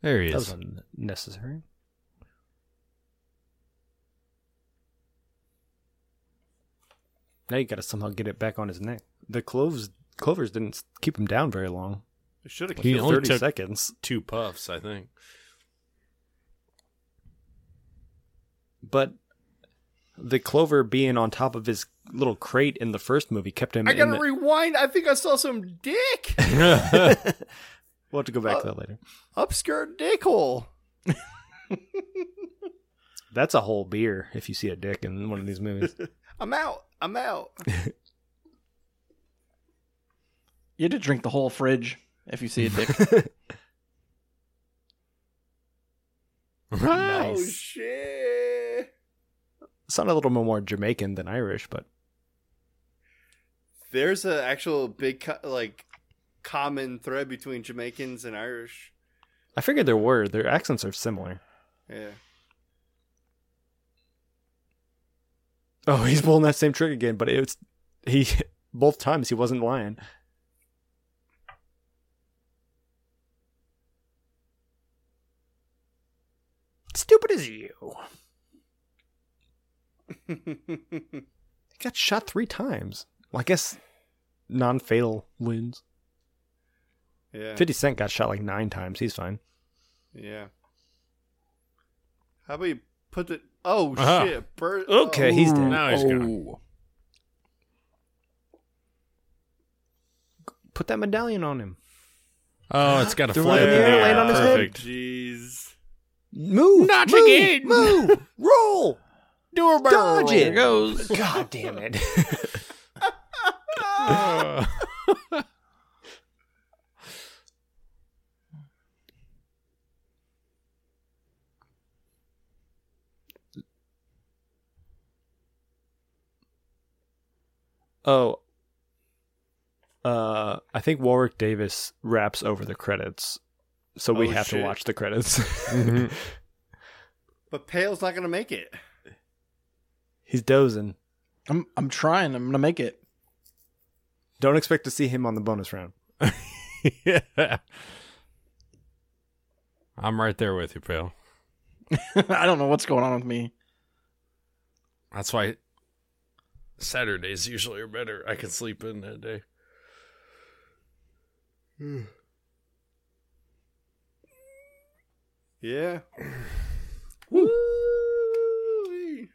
There he
that
is.
was unnecessary. Now you got to somehow get it back on his neck. The cloves, clovers didn't s- keep him down very long.
I should have
He
killed
only
her.
30
took-
seconds.
Two puffs, I think.
but the clover being on top of his little crate in the first movie kept him.
I
in
gotta
the-
rewind. I think I saw some dick.
we'll have to go back to that later.
Upskirt dick hole.
That's a whole beer if you see a dick in one of these movies.
I'm out. I'm out.
You had to drink the whole fridge if you see a dick.
Oh shit.
Sound a little more Jamaican than Irish, but
There's an actual big co- like common thread between Jamaicans and Irish.
I figured there were. Their accents are similar.
Yeah.
Oh, he's pulling that same trick again, but it's he both times he wasn't lying. Stupid as you. he got shot three times. Well, I guess non fatal wounds.
Yeah.
50 Cent got shot like nine times. He's fine.
Yeah. How about you put it? Oh
Uh-huh.
shit! Bur- oh.
Okay, he's dead.
Now he's gone.
Oh. Put that medallion on him.
Oh, it's got a
Threw it
flag.
in the air, laying on his head.
Perfect.
Jeez.
Move!
Not
move,
again.
Move! Roll!
Do a barrel
Dodge
roll.
it.
There goes.
God damn it.
Uh,
Oh. Uh, I think Warwick Davis raps over the credits, so we
Oh,
have
shit.
to watch the credits. Mm-hmm.
But Pale's not gonna make it.
He's dozing.
I'm I'm trying. I'm gonna make it.
Don't expect to see him on the bonus round.
yeah. I'm right there with you, pal.
I don't know what's going on with me.
That's why Saturdays usually are better. I can sleep in that day.
Yeah. Woo-wee.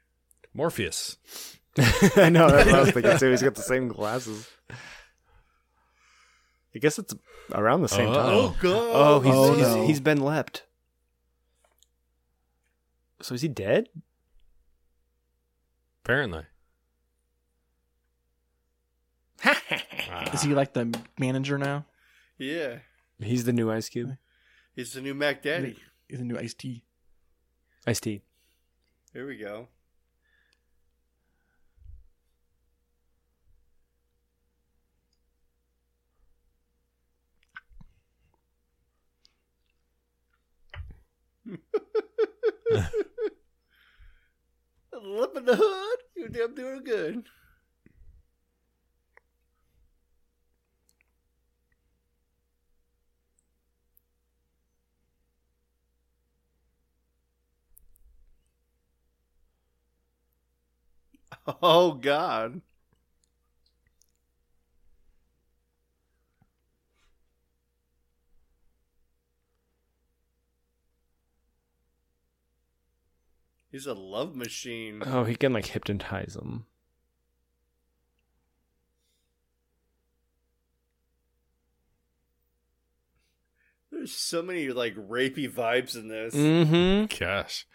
Morpheus.
I know that's what I was thinking too. He's got the same glasses. I guess it's around the same time.
Uh-oh.
Oh god.
Oh, he's,
Oh,
he's,
no.
he's been leapt. So is he dead?
Apparently.
Ah.
Is he like the manager now?
Yeah.
He's the new Ice Cube.
He's the new Mac Daddy.
Mm.
He's a new iced tea.
Ice T.
Here we go. Lip in the hood. You're damn doing good. Oh God. He's a love machine.
Oh, he can like hypnotize him.
There's so many like rapey vibes in this.
Mm-hmm.
Gosh.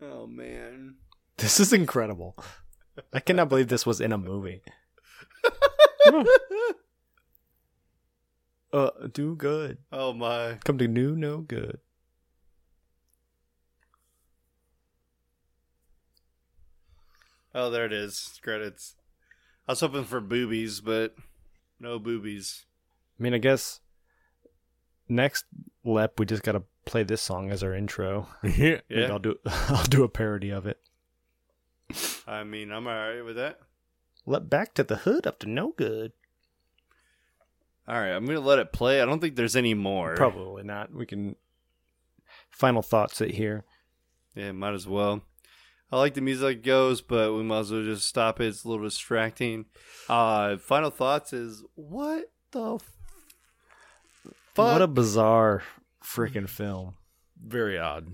Oh man.
This is incredible. I cannot believe this was in a movie. uh, do good.
Oh my.
Come to new, no good.
Oh, there it is. Credits. I was hoping for boobies, but no boobies.
I mean, I guess next lep we just gotta play this song as our intro.
Yeah.
Maybe
Yeah.
I'll do I'll do a parody of it.
I mean, I'm alright with that.
Lep back to the hood up to no good.
All right, I'm gonna let it play. I don't think there's any more.
Probably not. We can final thoughts it here.
Yeah, might as well. I like the music it goes, but we might as well just stop it. It's a little distracting. Uh, final thoughts is what the f- fuck?
What a bizarre freaking film.
Very odd.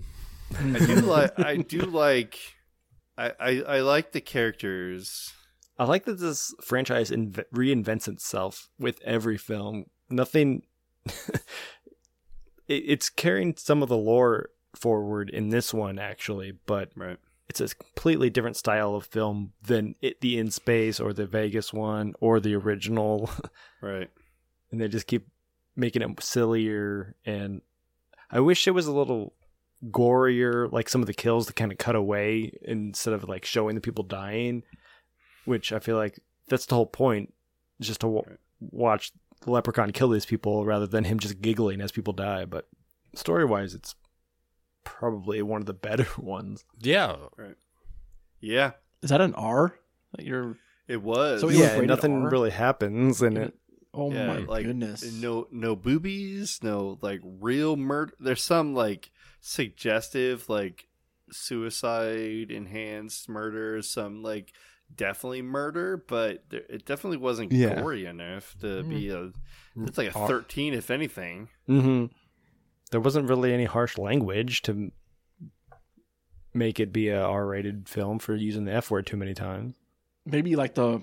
I do like. I do like. I, I I like the characters.
I like that this franchise inv- reinvents itself with every film. Nothing. it, it's carrying some of the lore forward in this one, actually, but
Right.
it's a completely different style of film than it, the In Space or the Vegas one or the original.
Right.
and they just keep making it sillier. And I wish it was a little gorier, like some of the kills to kind of cut away instead of like showing the people dying, which I feel like that's the whole point, is just to w- watch the leprechaun kill these people rather than him just giggling as people die. But story wise, it's probably one of the better ones.
Yeah.
Yeah,
Is that an R? That you're.
it was.
So it was
Yeah,
rated
nothing
R?
really happens in it.
Oh
Yeah,
my
like,
goodness!
No, no boobies. No, like real murder. There's some like suggestive, like suicide enhanced murder. Some like definitely murder, but there, it definitely wasn't
Yeah.
gory enough to
Mm.
be a. It's like a
R.
thirteen, if anything.
hmm There wasn't really any harsh language to m- make it be a R-rated film for using the F word too many times.
Maybe like the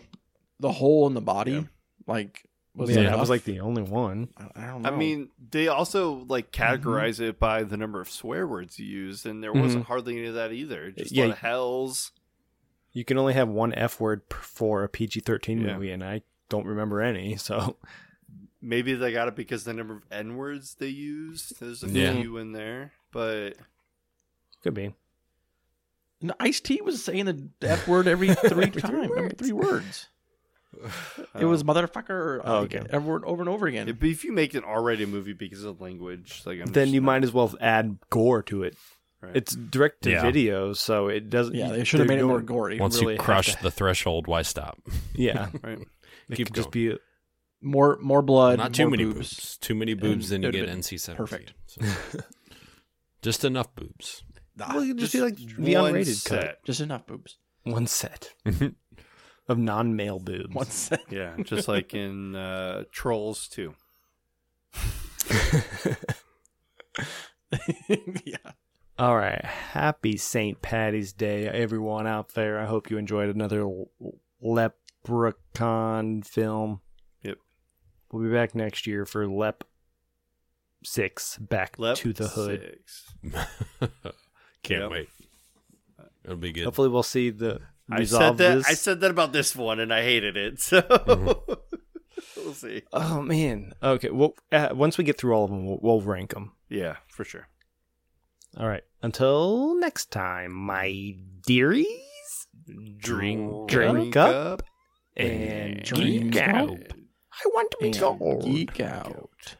the hole in the body, like was
yeah,
yeah,
that was like the only one.
I I don't know.
I mean, they also like
Mm-hmm.
categorize it by the number of swear words used, and there
Mm-hmm.
wasn't hardly any of that either. Just
Yeah.
a lot of hells.
You can only have one F word per- for a PG-13
Yeah.
movie, and I don't remember any. So
Maybe they got it because the number of n words they used. There's a
Yeah.
few in there, but
could be.
Ice T was saying the F word every three times, every three words. It was motherfucker.
Oh,
like,
okay.
Every word over and over again.
Yeah, but if you make an R-rated movie because of language, like I'm
Then
just
you
not-
might as well add gore to it.
Right.
It's direct to
Yeah.
video, so it doesn't.
yeah,
you-
they should have
there
made it
you
more
don't-
gory,
Once
really
you
have
crush
to-
the threshold, why stop?
Yeah,
Right.
it
Keep
could just
going.
be
more more blood,
Not too
more
many boobs.
boobs.
Too many boobs,
And
then you
it'd
get
have been
NC seven.
perfect.
Just enough boobs.
Ah,
well, you just,
just,
be like the
one
unrated cut,
set.
just enough boobs.
one set of non-male boobs.
One sec.
Yeah, just like in uh, Trolls too.
yeah.
All right. Happy St. Patty's Day, everyone out there. I hope you enjoyed another l- leprechaun film.
Yep.
We'll be back next year for Lep 6 Back
Lep
to the Hood.
Six.
Can't
Yep.
wait. It'll be good.
Hopefully, we'll see the.
I said
resolve
that.
this.
I said that about this one, and I hated it. So
Mm-hmm.
we'll see.
Oh, man. Okay. Well, uh, once we get through all of them, we'll, we'll rank them.
Yeah, for sure.
All right. Until next time, my dearies.
Drink,
Drink up and
Drink
Eh, geek out.
out.
I want to be
And
told.
geek out.